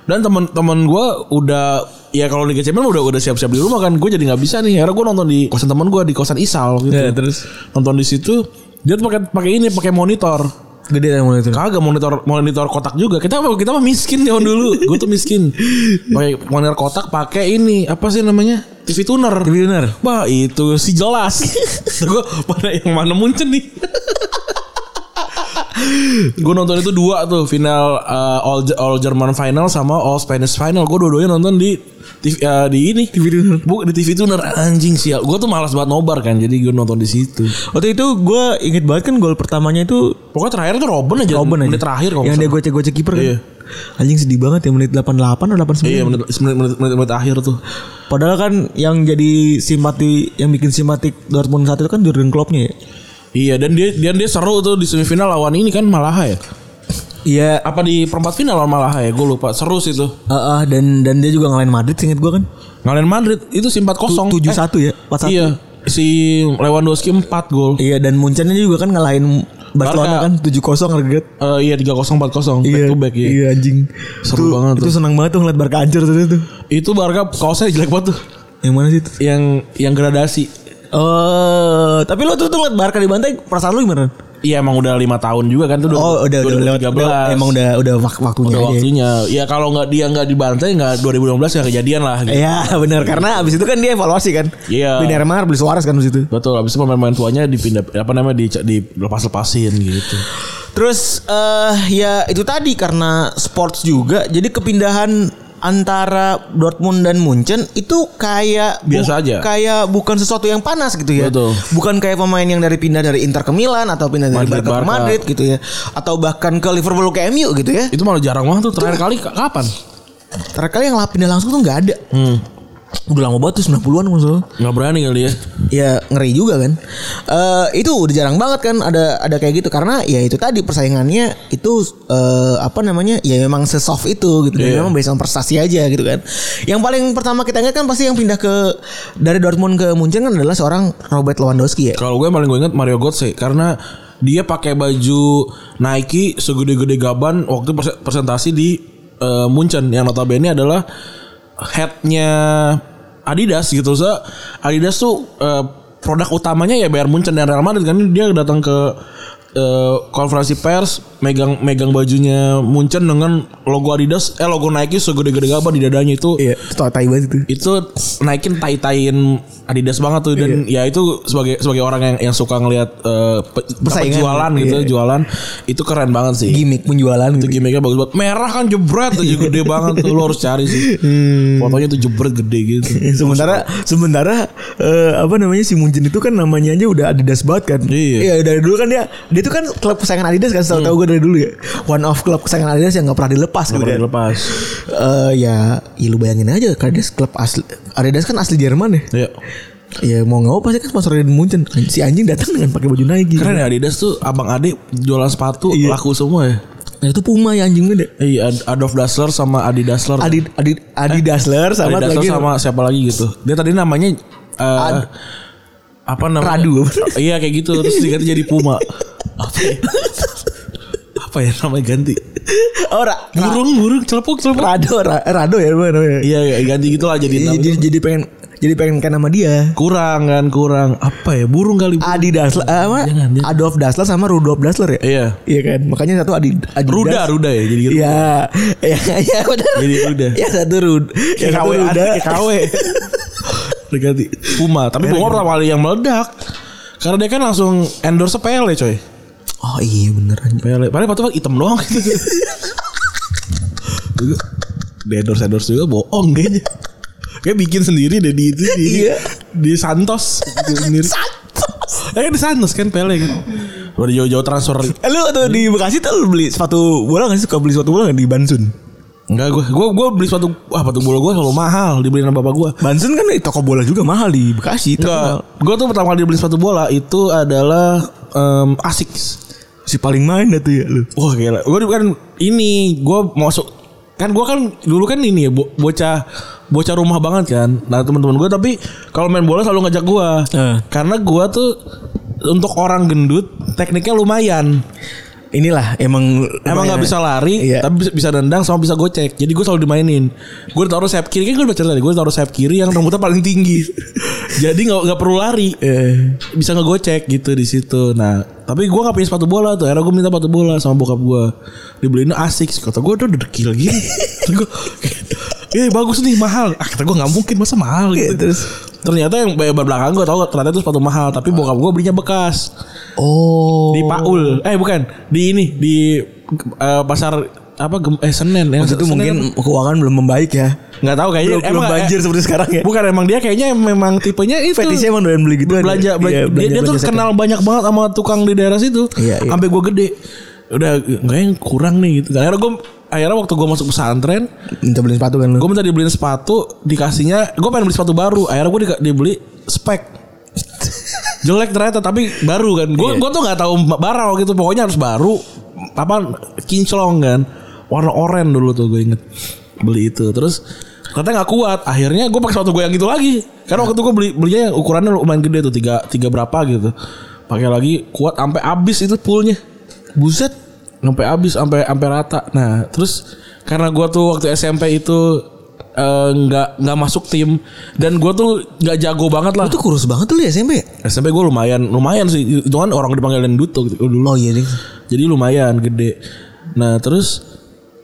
dan teman-teman gue udah ya kalau Liga Champion udah udah siap-siap di rumah kan gue jadi nggak bisa nih akhirnya gue nonton di kosan teman gue di kosan Isal gitu
Ya, terus?
nonton di situ dia tuh pakai pakai ini pakai monitor
Gede ya mulai itu.
Kagak monitor monitor kotak juga. Kita mah kita mah miskin zaman dulu. Gue tuh
*laughs*
miskin. Pakai monitor kotak pakai ini apa sih namanya? TV tuner.
TV tuner.
Wah, itu si jelas.
*laughs*
gue mana yang mana muncul nih. gue nonton itu dua tuh final uh, all all German final sama all Spanish final. Gue dua-duanya nonton di TV, uh, di ini TV tuner. Bu, di TV tuner anjing sial. Gue tuh malas banget nobar kan. Jadi gue nonton di situ.
Waktu itu gue inget banget kan gol pertamanya itu
Pokoknya terakhir tuh Robben aja.
Robben aja.
Menit terakhir kalau
Yang
nggak
dia
salah.
gocek-gocek kiper kan.
Oh, Iya.
Anjing sedih banget ya menit 88 atau 89.
Iya menit, menit, menit, menit, menit akhir tuh
Padahal kan yang jadi simpati yang bikin simpatik Dortmund saat itu kan Jurgen Kloppnya ya.
Iya dan dia dan dia seru tuh di semifinal lawan ini kan Malaha ya
Iya.
Apa di perempat final lawan Malaha ya Gue lupa seru sih tuh
ah, ah, dan dan dia juga ngalahin Madrid inget gue kan.
Ngalahin Madrid itu sih 4-0
Tu- 7-1 ya,
4
4-1.
Iya Si Lewandowski 4 gol
Iya dan Munchennya juga kan ngalahin
Barca.
Barcelona kan 7-0 harga.
Eh, Iya 3-0 4-0 Back to back ya
Iya anjing.
Seru
Itu-
banget
Itu
tuh.
senang banget tuh ngeliat Barca hancur tadi tuh.
Itu Barca kaosnya jelek banget tuh
Yang mana sih itu?
Yang yang gradasi
Eh, tapi lo tuh, tuh ngeliat Barca dibantai perasaan lu gimana?
Iya emang udah 5 tahun juga kan tuh
Oh, udah udah lewat
2013.
udah, emang udah udah wak- waktunya.
Udah
aja.
waktunya Ya kalau nggak dia nggak dibantai nggak 2015 nggak kejadian lah gitu.
Iya *laughs* benar karena abis itu kan dia evaluasi kan.
Iya.
Beli Neymar beli Suarez kan abis itu.
Betul, abis itu pemain-pemain tuanya dipindah apa namanya di, dilepas-lepasin gitu.
Terus eh ya itu tadi karena sports juga jadi kepindahan antara Dortmund dan Munchen itu kayak bu-
Biasa aja.
Kayak bukan sesuatu yang panas gitu ya.
Betul.
Bukan kayak pemain yang dari pindah dari Inter ke Milan atau pindah dari
Madrid,
Barca ke
Barca.
Madrid gitu ya atau bahkan ke Liverpool ke MU gitu ya.
Itu malah jarang banget tuh terakhir kali ka- kapan?
Terakhir kali yang lah pindah langsung tuh nggak ada. Udah lama banget tuh 90-an kalau nggak salah.
Hmm, Nggak berani kali ya.
ya ngeri juga kan. Eh itu udah jarang banget kan ada ada kayak gitu karena ya itu tadi persaingannya itu eh, apa namanya ya memang sesoft itu gitu. Dan
Iya.
Memang based on prestasi aja gitu kan. Yang paling pertama kita ingat kan pasti yang pindah ke dari Dortmund ke Munchen kan adalah seorang Robert Lewandowski ya.
Kalau gue yang paling gue ingat Mario Götze karena dia pakai baju Nike segede-gede gaban waktu perse- presentasi di eh, Munchen yang notabene adalah headnya Adidas gitu. So, Adidas tuh eh, produk utamanya ya Bayern Munchen dan Real Madrid kan dia datang ke eh, konferensi pers megang megang bajunya Munchen dengan logo Adidas eh logo Nike segede-gede gaban di dadanya itu
Iya, itu tai banget itu.
itu naikin tai taiin Adidas banget tuh dan
Iya.
ya itu sebagai sebagai orang yang yang suka ngelihat eh, pe- dapat
Persaingan.
jualan gitu
Iya.
jualan itu keren banget sih
Gimik penjualan
itu
gitu.
gimmicknya bagus banget merah kan jebret aja gede banget tuh lo harus cari sih fotonya tuh jebret gede gitu
Hmm. *laughs* Eh, sementara sementara eh, apa namanya si Munchen itu kan namanya aja udah Adidas banget kan.
Iya. Hmm.
dari dulu kan dia dia itu kan klub kesayangan Adidas kan setahu tahu gue dari dulu ya. One of klub kesayangan Adidas yang gak pernah dilepas gitu
Pernah
kan.
dilepas
Eh, ya, ya lu bayangin aja Adidas klub asli Adidas kan asli Jerman ya.
ya
Ya mau nggak mau pasti kan sponsornya di Munchen. Si anjing datang dengan pakai baju Nike.
keren ya Adidas tuh abang adik jualan sepatu
Iya.
laku semua ya
Nah, itu Puma ya anjing gede.
Iya Ad- Adolf Dassler sama Adi Dassler
Adi Adi Adi Dassler sama
Adidas
lagi
tuh
*laughs*
sama siapa lagi gitu. Dia tadi namanya eh, apa namanya?
Radu.
*laughs* iya kayak gitu terus diganti jadi Puma. Apa ya? apa ya namanya ganti?
Ora
Burung burung celepuk celepuk.
Oh, Rado Ra- Rado ya gimana namanya?
Iya iya ganti gitu lah jadi,
Jadi,
nama.
jadi, jadi pengen jadi pengen kayak nama dia.
kurang kan kurang apa ya burung kali. burung.
Adi Dassler eh, apa?
Jangan, jangan.
Adolf Dassler sama Rudolf Dassler ya?
Iya.
Iya kan? Makanya satu Adi Adidas.
Ruda ruda ya jadi gitu.
Iya. Iya, iya benar.
Jadi Ruda.
Ya satu Rud. Ya satu
KW,
Ruda.
ada KW. gitu, *laughs* Diganti Puma, tapi Puma pertama
gitu.
kali yang meledak. Karena dia kan langsung endorse Pele coy.
Oh iya bener anjing.
Pele. Padahal patuh hitam *laughs* doang. di endorse endorse juga bohong kayaknya. Kayak bikin sendiri deh di itu di,
Iya.
di Santos bikin sendiri. Eh kan di Santos kan Pele kan. Udah jauh-jauh transfer.
Eh, lu tuh di Bekasi tuh lu beli sepatu bola gak sih? Suka beli sepatu bola gak di Bansun?
Enggak gue gue gue beli sepatu ah sepatu bola gue selalu mahal dibeliin sama bapak gue.
Bansun kan di toko bola juga mahal di Bekasi.
Enggak, gue tuh pertama kali beli sepatu bola itu adalah em Asics.
Si paling main dah tuh ya lu.
Wah gila. Gue kan ini gue masuk kan gue kan dulu kan ini ya bo- bocah bocah rumah banget kan. Nah teman-teman gue tapi kalau main bola selalu ngajak gue
Eh.
karena gue tuh untuk orang gendut tekniknya lumayan.
Inilah emang
Emang ya? nggak bisa lari,
Iya.
tapi bisa, bisa nendang sama bisa gocek. Jadi gue selalu dimainin. Gue taruh sayap kiri, kan gue udah cerita tadi. Gue taruh sayap kiri yang rambutnya paling tinggi. *laughs* Jadi nggak nggak perlu lari, bisa ngegocek gitu di situ. Nah, tapi gue nggak punya sepatu bola tuh. Akhirnya gue minta sepatu bola sama bokap gue. Dibeliin asik. Kata gue udah dekil *laughs* gini. gue, eh bagus nih mahal. Ah kata gue nggak mungkin masa mahal gitu. terus Ah. ternyata yang belakang gue tahu ternyata itu sepatu mahal. Tapi bokap gue belinya bekas
Oh.
di Paul eh bukan di ini di eh, pasar apa Gem- eh Senen ya
Maksud itu
Senen apa?
mungkin keuangan belum membaik ya.
nggak tahu kayaknya
Belum, belum
eh,
banjir seperti sekarang ya.
bukan emang dia kayaknya memang tipenya itu
Fetishnya emang doyan beli gitu
belanja, belanja. dia, dia tuh kenal banyak banget sama tukang di daerah situ
Iya, iya.
sampai gue gede udah nggak yang kurang nih gitu akhirnya gue akhirnya waktu gue masuk pesantren
minta beli sepatu kan lu.
gue minta dibeliin sepatu dikasihnya gue pengen beli sepatu baru akhirnya gue dibeli spek jelek ternyata tapi baru kan gue tuh nggak tahu barang gitu pokoknya harus baru apa kinclong kan warna oranye dulu tuh gue inget beli itu terus ternyata nggak kuat akhirnya gue pakai sepatu gue yang itu lagi karena waktu itu gue beli belinya yang ukurannya lumayan gede tuh tiga tiga berapa gitu pakai lagi kuat sampai habis itu poolnya buset sampai habis sampai sampai rata nah terus karena gue tuh waktu SMP itu eh, nggak nggak masuk tim dan gue tuh nggak jago banget lah
Lu tuh kurus banget tuh lu ya SMP. ya?
SMP gue lumayan lumayan sih itu kan orang dipanggil Duto gitu dulu
Oh iya ding.
jadi lumayan gede nah terus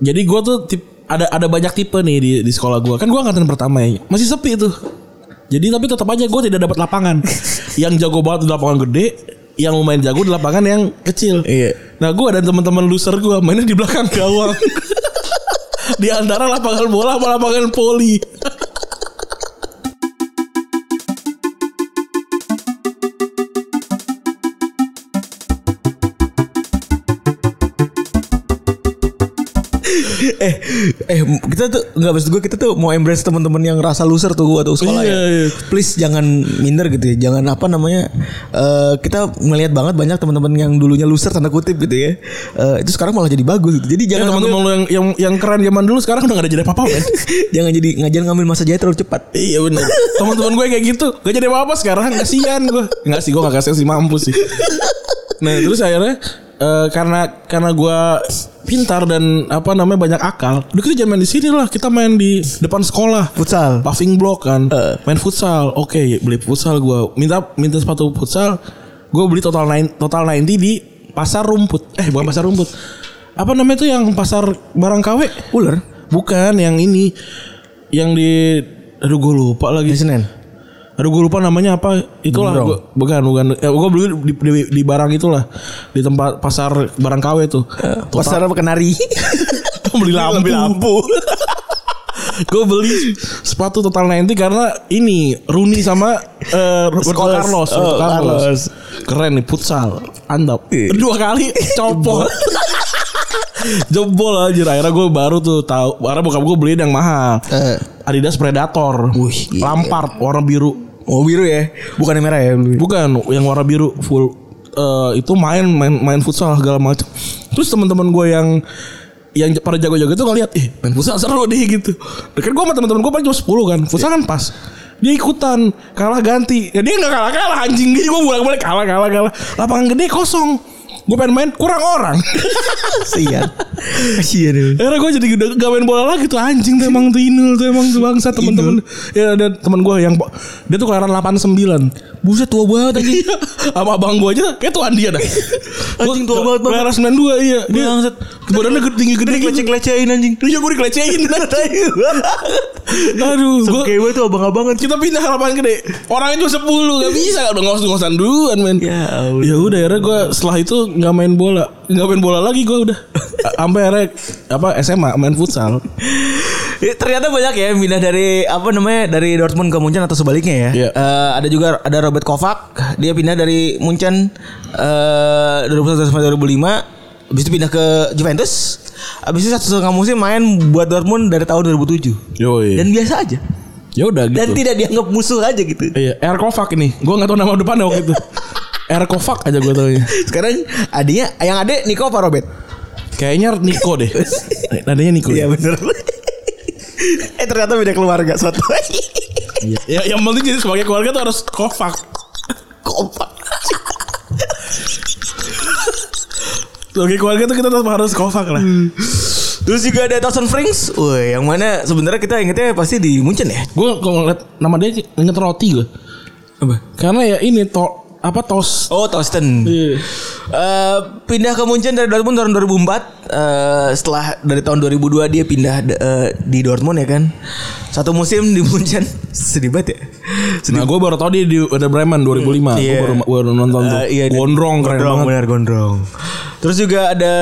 jadi gue tuh tip, ada ada banyak tipe nih di di sekolah gue kan gue angkatan pertama ya masih sepi tuh jadi tapi tetap aja gue tidak dapat lapangan yang jago banget di lapangan gede yang lumayan jago di lapangan yang kecil
Iya.
nah gue dan teman-teman loser gue mainnya di belakang gawang *laughs* di antara lapangan bola sama lapangan poli
Eh, eh kita tuh nggak maksud gue kita tuh mau embrace teman-teman yang rasa loser tuh atau sekolah
Iya,
ya.
iya.
Please jangan minder gitu ya. Jangan apa namanya eh, kita melihat banget banyak teman-teman yang dulunya loser tanda kutip gitu ya. Eh, itu sekarang malah jadi bagus gitu. Jadi
Ya,
jangan
teman-teman lu yang, yang yang keren zaman dulu sekarang udah gak ada jadi apa-apa men.
*laughs* jangan jadi ngajar ngambil masa jahit terlalu cepat.
Iya benar. Teman-teman gue kayak gitu, gak jadi apa-apa sekarang kasihan gue. Enggak sih, gue gak kasihan sih mampus sih. Nah, terus akhirnya eh, karena karena gue pintar dan apa namanya banyak akal, udah kita jangan main di sini lah, kita main di depan sekolah.
Futsal.
Puffing block kan,
Eh.
main futsal. Oke, beli futsal gue. Minta minta sepatu futsal, gue beli total nine total 90 di pasar rumput. Eh, bukan pasar rumput. Apa namanya tuh yang pasar barang KW?
Ular.
Bukan yang ini yang di aduh gue lupa lagi.
Di Senen.
Aduh gue lupa namanya apa Itulah
Gembrong.
gua, Bukan bukan eh, Gue beli di, di, di barang itulah Di tempat pasar barang KW tuh
Pasar apa kenari?
beli lampu, *laughs* gue beli sepatu total 90 karena ini Rooney sama eh, Roberto
Scholes.
Carlos,
Oh,
Roberto Carlos.
Carlos.
Keren nih futsal. Andap.
Iya.
Dua kali copot. *laughs* Jebol aja akhirnya gue baru tuh tahu karena bokap gue beliin yang mahal.
*laughs* Eh.
Adidas Predator.
Wih, gila.
Lampard warna biru.
Oh biru ya, bukan yang merah ya.
Bukan yang warna biru full eh, itu main main main futsal segala macam. Terus teman-teman gue yang yang pada jago-jago itu ngeliat ih main futsal seru deh gitu. Kan gue sama teman-teman gue paling cuma 10 kan. Futsal kan pas. Dia ikutan kalah ganti. Ya dia nggak kalah kalah anjing gitu gue bolak-balik kalah kalah kalah. Lapangan gede kosong. Gue pengen main kurang orang.
*laughs*
*laughs*
Kasihan. Kasihan. ya.
Akhirnya gue jadi udah gak main bola lagi tuh anjing tuh emang tuh inul tuh emang tuh bangsa teman-teman. Ya ada teman gue yang dia tuh kelahiran 89.
Buset tua banget anjing.
Iya, sama abang gua aja kayak tuan
*laughs*
dia dah.
Anjing tua banget, Bang.
Kelas 92 iya. Dia
Bangsat.
badannya gede- tinggi-gede gitu.
Leceh-lecehin anjing.
Iya gue dikelecehin *laughs* Aduh gua, kan,
Kayak gue tuh abang-abangan.
Kita pindah ke lapangan gede Orangnya cuma 10 Gak bisa Udah ngos-ngosan duluan men
Ya Allah.
Ya udah akhirnya gue setelah itu nggak main bola nggak main bola lagi gue
*laughs*
udah A- Sampai akhirnya apa, SMA main futsal
Ya, ternyata banyak ya yang pindah dari apa namanya dari Dortmund ke Munchen atau sebaliknya ya.
Iya.
Eh, ada juga ada Robert Kovac, dia pindah dari Munchen eh 2001 sampai 2005, habis itu pindah ke Juventus. Habis itu satu setengah musim main buat Dortmund dari tahun 2007.
Yoi.
Dan biasa aja.
Ya udah gitu
Dan tidak dianggap musuh aja gitu.
Iya Air Kovac nih Gue gak tau nama depannya waktu
*laughs*
itu Air Kovac aja gue taunya
Sekarang adanya yang ada Nico apa Robert?
Kayaknya Niko deh. *laughs* Nadanya Niko. Ya.
Iya bener. *laughs* eh ternyata beda keluarga suatu.
ya, yang penting jadi sebagai keluarga tuh harus kompak.
Kompak.
Sebagai keluarga tuh kita tetap harus kompak lah.
Terus juga ada Thousand Franks. Woi, yang mana sebenarnya kita ingetnya pasti di Munchen ya.
Gue kalau ngeliat nama dia inget roti gue.
Apa?
Karena ya ini to apa tos.
Oh, Thorsten.
Iya.
Eh, pindah ke Munchen dari Dortmund tahun 2004. Eh, setelah dari tahun 2002 dia pindah eh, di Dortmund ya kan. Satu musim di Munchen. *laughs* Sedih banget ya. Sedih.
Nah gue baru tau dia di Werder Bremen 2005 Gue
Iya.
baru, baru nonton tuh
Eh, iya, dia-
Gondrong keren
gondrong,
banget
benar gondrong. Terus juga ada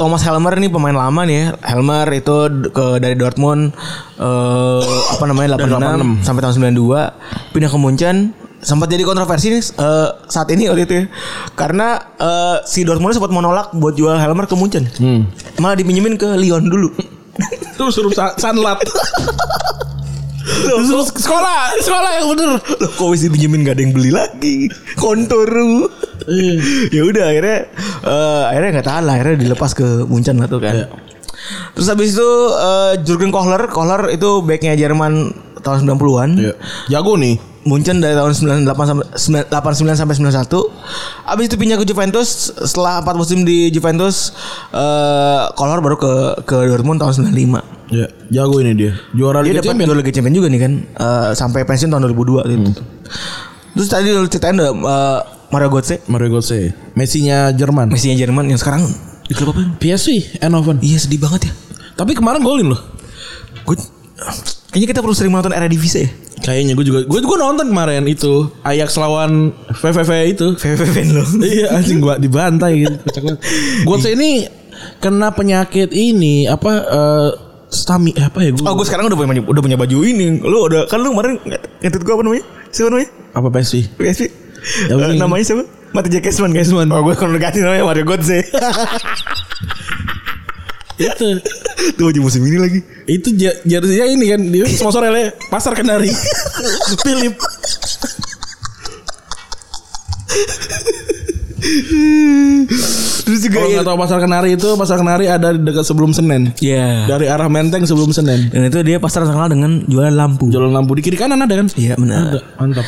Thomas Helmer nih pemain lama nih ya. Helmer itu d- ke dari Dortmund eh apa namanya 86 sampai tahun 92 pindah ke Munchen sempat jadi kontroversi nih eh, saat ini waktu itu ya. karena eh, si Dortmund sempat menolak buat jual Helmer ke Munchen
Hmm.
malah dipinjemin ke Lyon dulu
Terus suruh sa- sanlat *laughs* Terus suruh sekolah Sekolah yang bener
Loh kok bisa pinjemin gak ada yang beli lagi Kontur Ya udah akhirnya eh, Akhirnya gak tahan lah Akhirnya dilepas ke Munchen lah tuh kan Terus habis itu eh, Jurgen Kohler Kohler itu backnya Jerman tahun 90-an
Iya. Jago nih
Munchen dari tahun 98 sampai 9 89 sampai 91. Abis itu pindah ke Juventus setelah 4 musim di Juventus eh Kohler baru ke ke Dortmund tahun 95.
Ya, jago ini dia. Juara Liga
Dia dapat
Champions.
dua Iya, Liga Champion juga nih kan eh, sampai pensiun tahun 2002 gitu. Terus tadi lu ceritain udah eh, Mario Götze
Mario Götze. Messi-nya Jerman.
Messinya Jerman yang sekarang
Di klub apa? PSV Eindhoven.
iya sedih banget ya.
Tapi kemarin golin loh.
Gue kayaknya kita perlu sering menonton era divisi ya.
Kayaknya gue juga gue gue nonton kemarin itu Ajax lawan VVV itu.
VVVN lo.
iya anjing gua dibantai *laughs* gitu. Kocak banget. Götze ini kena penyakit ini apa eh stami apa ya gue?
Oh gue sekarang udah punya udah punya baju ini. Lu udah kan lu kemarin ngetut gue apa namanya? Siapa namanya?
apa PSV?
PSP.
Ya,
Eh,
begini.
namanya siapa? kan Mati Jack Kesman Kesman. Oh gue kalau ganti namanya Mario Götze.
itu
Tuh baju musim ini lagi.
itu ja- jersinya ini kan *laughs* dia sponsor oleh pasar kenari *laughs* Philip
Terus juga
kalau
ya.
nggak tahu pasar kenari itu pasar kenari ada di dekat sebelum senen
Ya.
Iya.
dari arah menteng sebelum senen
Dan itu dia pasar terkenal dengan jualan lampu.
jalan lampu di kiri kanan ada kan
Iya benar.
Ada, mantap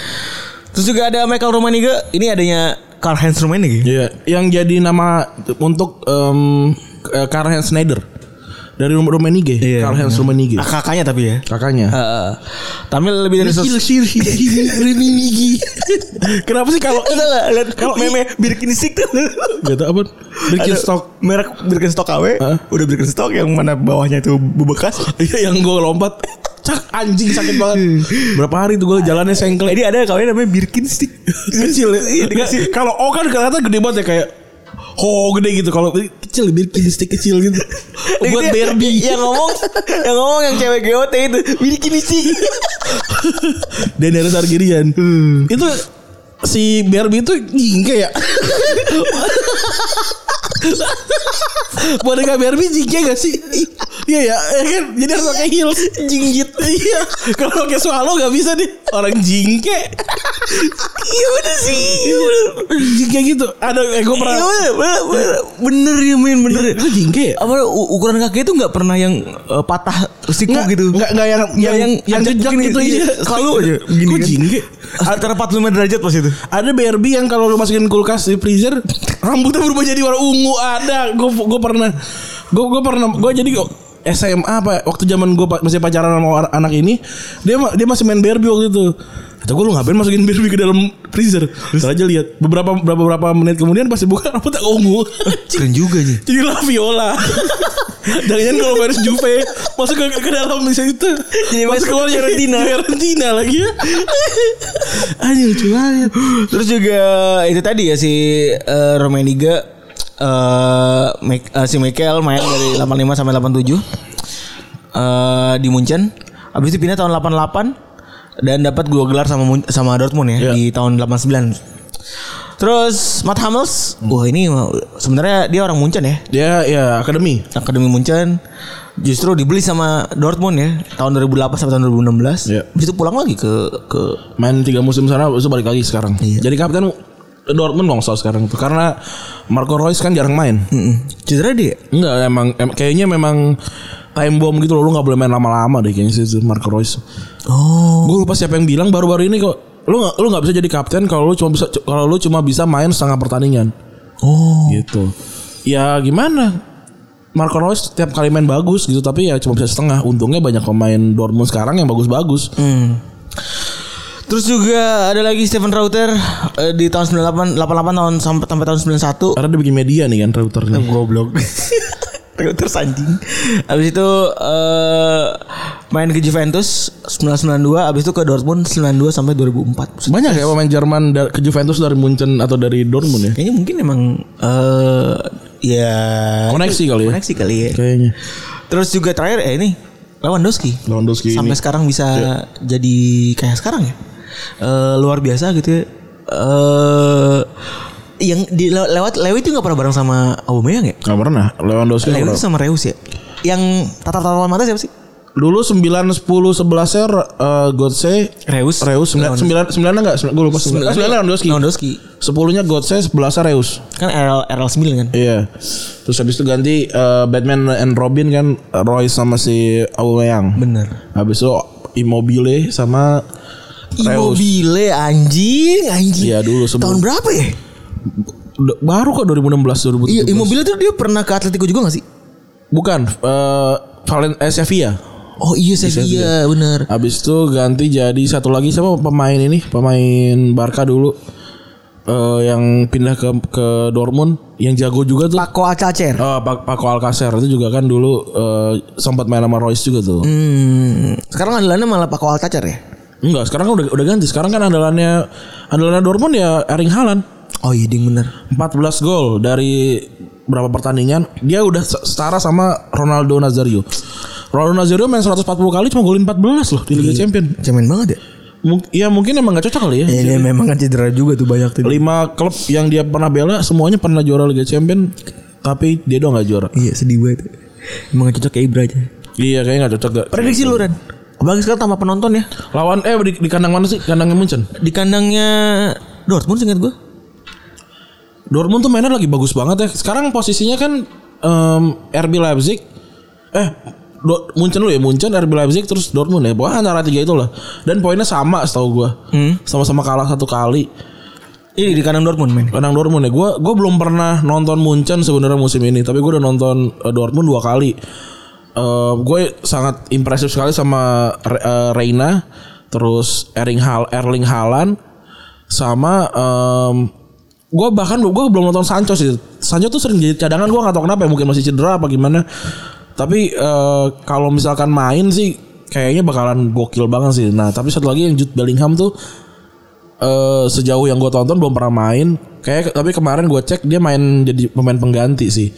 Terus juga ada Michael Romaniga. Ini adanya Karl Heinz Rummenigge.
Iya, yang jadi nama untuk em eh, Karl Heinz Schneider dari Rum- Rummenigge,
Iya,
Karl Heinz Rummenigge.
Ah, kakaknya tapi ya.
Kakaknya.
Heeh. tampil lebih dari sos- *laughs*
Rummenigge. *laughs* Kenapa sih kalau
Tahu nggak, lihat kalau meme Birkenstock tuh.
Gak tau apa Birkenstock
Ada merek Birkenstock KW.
Heeh.
Udah Birkenstock yang mana bawahnya itu bebekas.
Iya yang gue lompat Cak anjing sakit banget Berapa hari tuh gue jalannya sengkel
Jadi ada KW namanya Birkenstock.
Kecil ya
Iya, dikasih.
Nggak, Kalau O kan ternyata gede banget ya kayak Ho gede gitu Kalau ini kecil Birkenstock kecil gitu Buat Barbie
Yang ngomong yang ngomong yang cewek GOT itu Birkenstock.
Dan dari Targaryen Itu si Barbie itu jingke ya Boneka Barbie jingke gak sih? Iya ya, ya kan? Jadi harus pakai heels Jinggit Iya Kalau pakai swallow gak bisa nih Orang jingke Iya udah sih Jingke gitu Ada eh, gue pernah
Iya, Bener ya men bener. ya.
Itu jingke ya?
Apa u- ukuran kaki itu nggak pernah yang eh, patah siku gitu.
Enggak, enggak yang
Nggak yang
yang
ada
jejak
begini,
gitu
iya.
iya.
Selalu aja begini
begini. Kok
kan.
jingke?
Antara 45 derajat pas itu.
Ada BRB yang kalau lu masukin kulkas di freezer rambutnya berubah jadi warna ungu ada. Gue gue pernah gue gue pernah gue jadi kok SMA apa ya, waktu zaman gue masih pacaran sama orang- anak ini dia ma- dia masih main BRB waktu itu. Kata gue lu ngapain masukin BRB ke dalam freezer? Terus aja lihat beberapa beberapa beberapa menit kemudian pasti buka rambutnya ungu. *laughs*
Keren juga sih.
jadi laviola. *laughs* Jangan kalau Paris Juve masuk ke, ke dalam misalnya itu
Jadi
masuk ke luar
Fiorentina.
Fiorentina lagi ya. Anjir lucu banget.
Terus juga itu tadi ya si eh, Romaniga eh Mik- eh, si Michael main dari 85 sampai 87 eh di Munchen. Habis itu pindah tahun 88 dan dapat dua gelar sama Mun- sama Dortmund
Iya.
ya di tahun 89. Terus Matt Hummels, wah ini mah- sebenarnya dia orang Munchen ya.
Dia ya akademi.
Akademi Munchen justru dibeli sama Dortmund ya tahun 2008 sampai tahun 2016.
Iya.
Habis itu pulang lagi ke ke
Main tiga musim sana habis itu balik lagi sekarang.
Iya.
Jadi kapten Dortmund longsor sekarang tuh karena Marco Reus kan jarang main.
Mm-mm. cedera dia.
Enggak emang em- kayaknya memang time bomb gitu loh lu nggak boleh main lama-lama deh kayaknya sih Marco Reus.
Oh.
Gue lupa siapa yang bilang baru-baru ini kok lu nggak lu nggak bisa jadi kapten kalau lu cuma bisa kalau lu cuma bisa main setengah pertandingan.
Oh.
gitu ya gimana Marco Reus setiap kali main bagus gitu tapi ya cuma bisa setengah untungnya banyak pemain Dortmund sekarang yang bagus-bagus
Mm. Terus juga ada lagi Steven Rauter eh, di tahun 98 88 tahun sampai sampai tahun *laughs* 91.
karena dia bikin media nih kan routernya
Goblok. Rauter anjing. Habis itu eh, main ke Juventus 1992, habis itu ke Dortmund 92 sampai 2004.
banyak ya pemain Jerman da- ke Juventus dari Munchen atau dari Dortmund ya
Kayaknya mungkin emang eh ya
koneksi kali ya
koneksi kali ya.
kayaknya
Terus juga terakhir eh ini Lewandowski.
Lewandowski ini. Iya.
Sampai sekarang bisa jadi kayak sekarang ya. Eh, luar biasa gitu ya. Eh, yang di lew- lewat Lewi itu nggak pernah bareng sama Aubameyang ya?
nggak pernah Lewandowski nggak
Lewi itu
pernah.
sama Reus ya. Yang tatar-tatar mata siapa sih?
dulu 9 10 11 nya eh, Godse
Reus.
Reus 9 9 9 enggak gue lupa 9 Lewandowski
Lewandowski.
10 nya Godse 11 nya er Reus
Kan RL RL 9 kan.
Iya. Terus habis itu ganti eh, Batman and Robin kan Roy sama si Aubameyang.
Bener.
Habis itu Immobile sama Reus.
Immobile anjing, anjing.
Iya, dulu sebelum-
Tahun berapa ya?
D- Baru kok 2016 2017.
Iya, Immobile tuh dia pernah ke Atletico juga gak sih?
Bukan eh Valen eh, Sevilla.
Oh iya, saya iya, bener.
Habis itu ganti jadi satu lagi siapa pemain ini? Pemain Barca dulu. Eh yang pindah ke ke Dortmund yang jago juga tuh.
Paco Alcacer.
Eh, Pak Paco Alcacer itu juga kan dulu eh, sempat main sama Royce juga tuh.
Hmm, sekarang andalannya malah Paco Alcacer ya?
Enggak, sekarang kan udah udah ganti. Sekarang kan andalannya andalannya Dortmund ya Erling Haaland.
Oh iya ding bener
14 gol dari berapa pertandingan dia udah se- setara sama Ronaldo Nazario. Ronaldo Nazario main 140 kali cuma golin 14 loh di Liga Champion.
Cemen banget ya
Mung- ya mungkin emang gak cocok kali ya.
Iya. Iya memang kan cedera juga tuh banyak tuh
Lima klub yang dia pernah bela semuanya pernah juara Liga Champion tapi dia doang gak juara.
Iya sedih banget
Emang gak cocok kayak Ibra aja.
Iya kayaknya nggak cocok gak.
Prediksi lu Ren. Apalagi sekarang tambah penonton ya.
Lawan eh di, di kandang mana sih? Kandangnya Munchen.
Di kandangnya Dortmund singkat gue.
Dortmund tuh mainnya lagi bagus banget ya. Sekarang posisinya kan em, RB Leipzig eh Do- Munchen lu ya Munchen RB Leipzig terus Dortmund ya. Pokoknya antara tiga itu lah. Dan poinnya sama setahu gua. Sama-sama kalah satu kali.
Ini
Iya,
di kandang Dortmund men.
Kandang Dortmund ya. Gua gua belum pernah nonton Munchen sebenarnya musim ini, tapi gua udah nonton eh, Dortmund dua kali. Eh, gue sangat impresif sekali sama Re- eh, Reina, terus Erling Hal Erling Haaland sama em gue bahkan gue belum nonton Sancho sih. Sancho tuh sering jadi cadangan gua nggak tahu kenapa ya mungkin masih cedera apa gimana. Tapi eh, kalau misalkan main sih kayaknya bakalan gokil banget sih. Nah, tapi satu lagi yang Jude Bellingham tuh eh sejauh yang gue tonton belum pernah main. Kayak tapi kemarin gue cek dia main jadi pemain pengganti sih.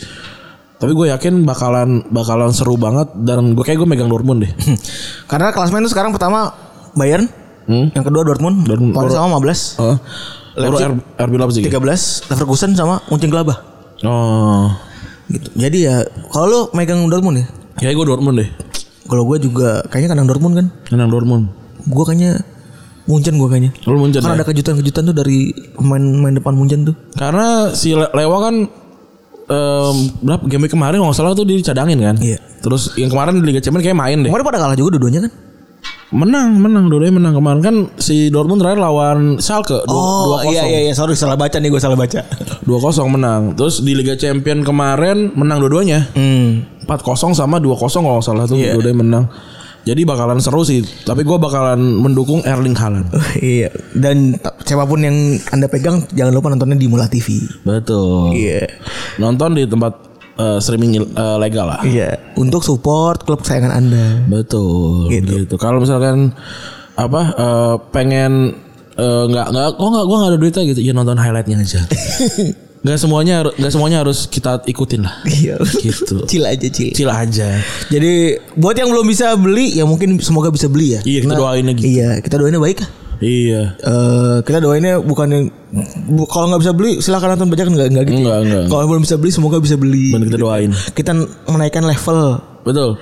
Tapi gue yakin bakalan bakalan seru banget dan gue kayak gue megang Dortmund deh.
Hmm. Karena klasmen itu sekarang pertama Bayern,
Hmm.
yang kedua Dortmund, Iya.
Dortmund.
poin sama 15,
*laughs* Heeh. Baru R- RB Leipzig. ya?
13 Leverkusen sama Mönchengladbach.
Oh.
Gitu. Jadi ya kalau lu megang Dortmund ya,
Kayak gue Dortmund deh.
kalau gue juga kayaknya kandang Dortmund kan.
Menang Dortmund.
Gue kayaknya Munchen gue kayaknya.
Lu Munchen
Karena
ya?
ada kejutan-kejutan tuh dari pemain-pemain depan Munchen tuh.
Karena si Le- Lewa kan em, berapa game week kemarin kalau nggak salah tuh dia dicadangin kan.
Iya.
Terus yang kemarin di Liga Champions kayak main deh.
Kemarin pada kalah juga dua-duanya kan?
Menang, menang. Dua-duanya menang kemarin kan si Dortmund terakhir lawan Schalke dua-
Oh,
2-0.
iya sorry salah baca nih gue salah baca.
2-0 menang. Terus di Liga Champion kemarin menang dua-duanya.
Hmm.
4-0 sama 2-0 kalau nggak salah tuh dua-duanya menang. Jadi bakalan seru sih, tapi gua bakalan mendukung Erling Haaland.
*laughs* iya. Dan ta- siapapun yang anda pegang jangan lupa nontonnya di Mula TV.
Betul.
Iya.
Nonton di tempat eh, streaming eh, legal lah.
Iya. Untuk support klub kesayangan anda. *laughs*
Betul. Gitu. Kalau misalkan apa eh, pengen eh, nggak nggak kok nggak gua nggak ada duitnya gitu, ya nonton highlightnya *laughs* aja. Nggak semuanya har- nggak semuanya harus kita ikutin lah.
Iya.
Gitu. *laughs*
Cil aja cil.
Cil aja.
Jadi buat yang belum bisa beli ya mungkin semoga bisa beli ya.
Iya, kita
Karena-
doain lagi.
Iya, kita doainnya baik. lah.
Iya.
Eh kita doainnya bukan yang bu- kalau nggak bisa beli silakan nonton bajakan nggak nggak gitu.
Enggak, enggak.
Kalau belum bisa beli semoga bisa beli.
Bener, kita doain.
Kita menaikkan level
Betul.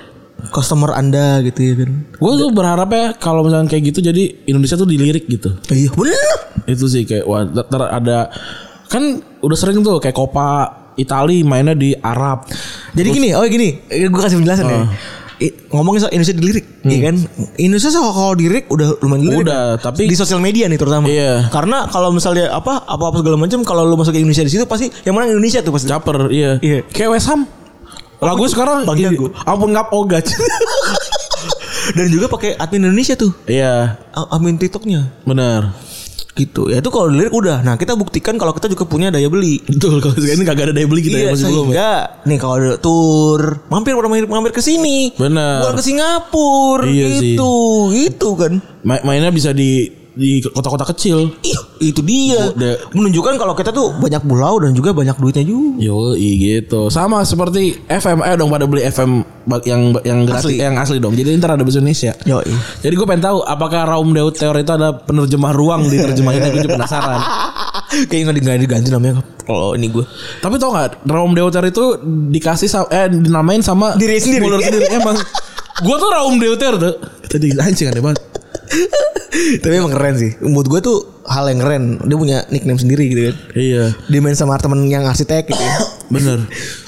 customer anda gitu ya kan.
Gue tuh berharap ya kalau misalnya kayak gitu jadi Indonesia tuh dilirik gitu.
Iya bener.
Itu sih kayak wah ntar ada kan udah sering tuh kayak Copa Itali mainnya di Arab.
Jadi gini, oh gini, gue kasih penjelasan ya.
Ah.
I- Ngomongin soal Indonesia dilirik, iya kan? Indonesia soal kalau dilirik udah lumayan dilirik.
Hmm. Udah,
kan?
tapi-
di sosial media nih terutama.
Iya.
Karena kalau misalnya apa apa apa segala macam kalau lu masuk ke Indonesia di situ pasti yang menang Indonesia tuh
*laughs*
pasti.
Caper, iya.
Iya.
Kayak West Ham. Lagu sekarang
Bang
ini-
Jago.
Ampun ngap ogaj.
Dan juga pakai admin Indonesia tuh,
*laughs* Iya,
a- admin TikToknya
benar.
gitu. Ya itu kalau dilirik udah. Nah kita buktikan kalau kita juga punya daya beli.
Betul kalau sekarang ini kagak ada daya beli kita ya
Iya,
masih belum. ya.
sehingga nih kalau ada tour mampir mampir mampir ke sini.
Benar.
Bukan ke Singapura
Iya sih.
gitu. Gitu kan.
Ma- mainnya bisa di di kota-kota kecil.
Ih, itu dia.
Udah.
Menunjukkan kalau kita tuh banyak pulau dan juga banyak duitnya juga.
Yo, gitu. Sama seperti FM eh dong pada beli FM ba- yang yang gratis
Asli.
yang asli dong. Jadi ntar ada bahasa Indonesia.
Yo,
Jadi gue pengen tahu apakah Raum Daud Teor itu ada penerjemah ruang di terjemahannya gue juga
*laughs*
penasaran.
*laughs* kayaknya nggak diganti, diganti namanya kalau ini gue.
Tapi tau gak Raum Daud Teor itu dikasih sa- eh dinamain sama
Diri sendiri.
Muller
*laughs*
sendiri emang. Gue tuh Raum Daud Teor tuh. Tadi
kan,
anjing aneh banget.
*laughs* Tapi emang keren sih. Menurut gue tuh hal yang keren. Dia punya nickname sendiri gitu kan.
Iya,
Dia main sama temen yang arsitek gitu. ya.
bener.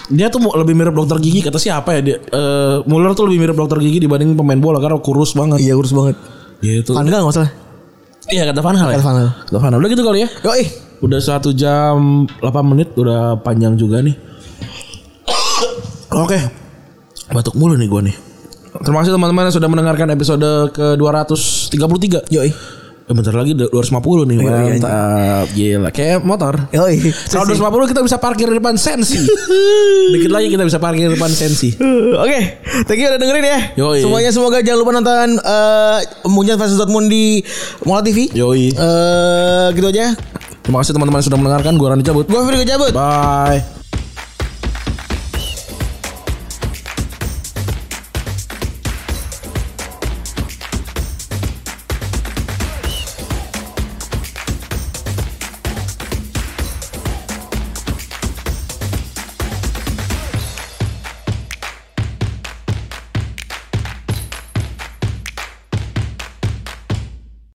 Dia tuh mu- lebih mirip dokter gigi kata siapa ya dia. Eh, Muller tuh lebih mirip dokter gigi dibanding pemain bola karena kurus banget.
*coughs* iya urus banget.
Gitu.
Van Gaal nggak salah.
Iya kata Van Hal ya.
Kata Van Hal.
Kata Van Hal. Udah gitu kali ya.
Yo
Udah satu jam 8 menit udah panjang juga nih. Oke. Batuk mulu nih gua nih. Terima kasih teman-teman yang sudah mendengarkan episode ke-233.
Yoi.
Eh, bentar lagi udah 250 nih. Iya, Mantap. Gila. Kayak motor.
Yoi.
Kalau 250 kita bisa parkir di depan *laughs* Sensi. Dikit lagi kita bisa parkir di depan Sensi.
*laughs* Oke, thank you udah dengerin ya.
Yoi.
Semuanya semoga jangan lupa nonton eh Munchen versus Dortmund di Mola TV.
Yoi.
Eh, gitu aja.
Terima kasih teman-teman yang sudah mendengarkan. Gua Rani cabut.
Gue Firgo cabut.
Bye.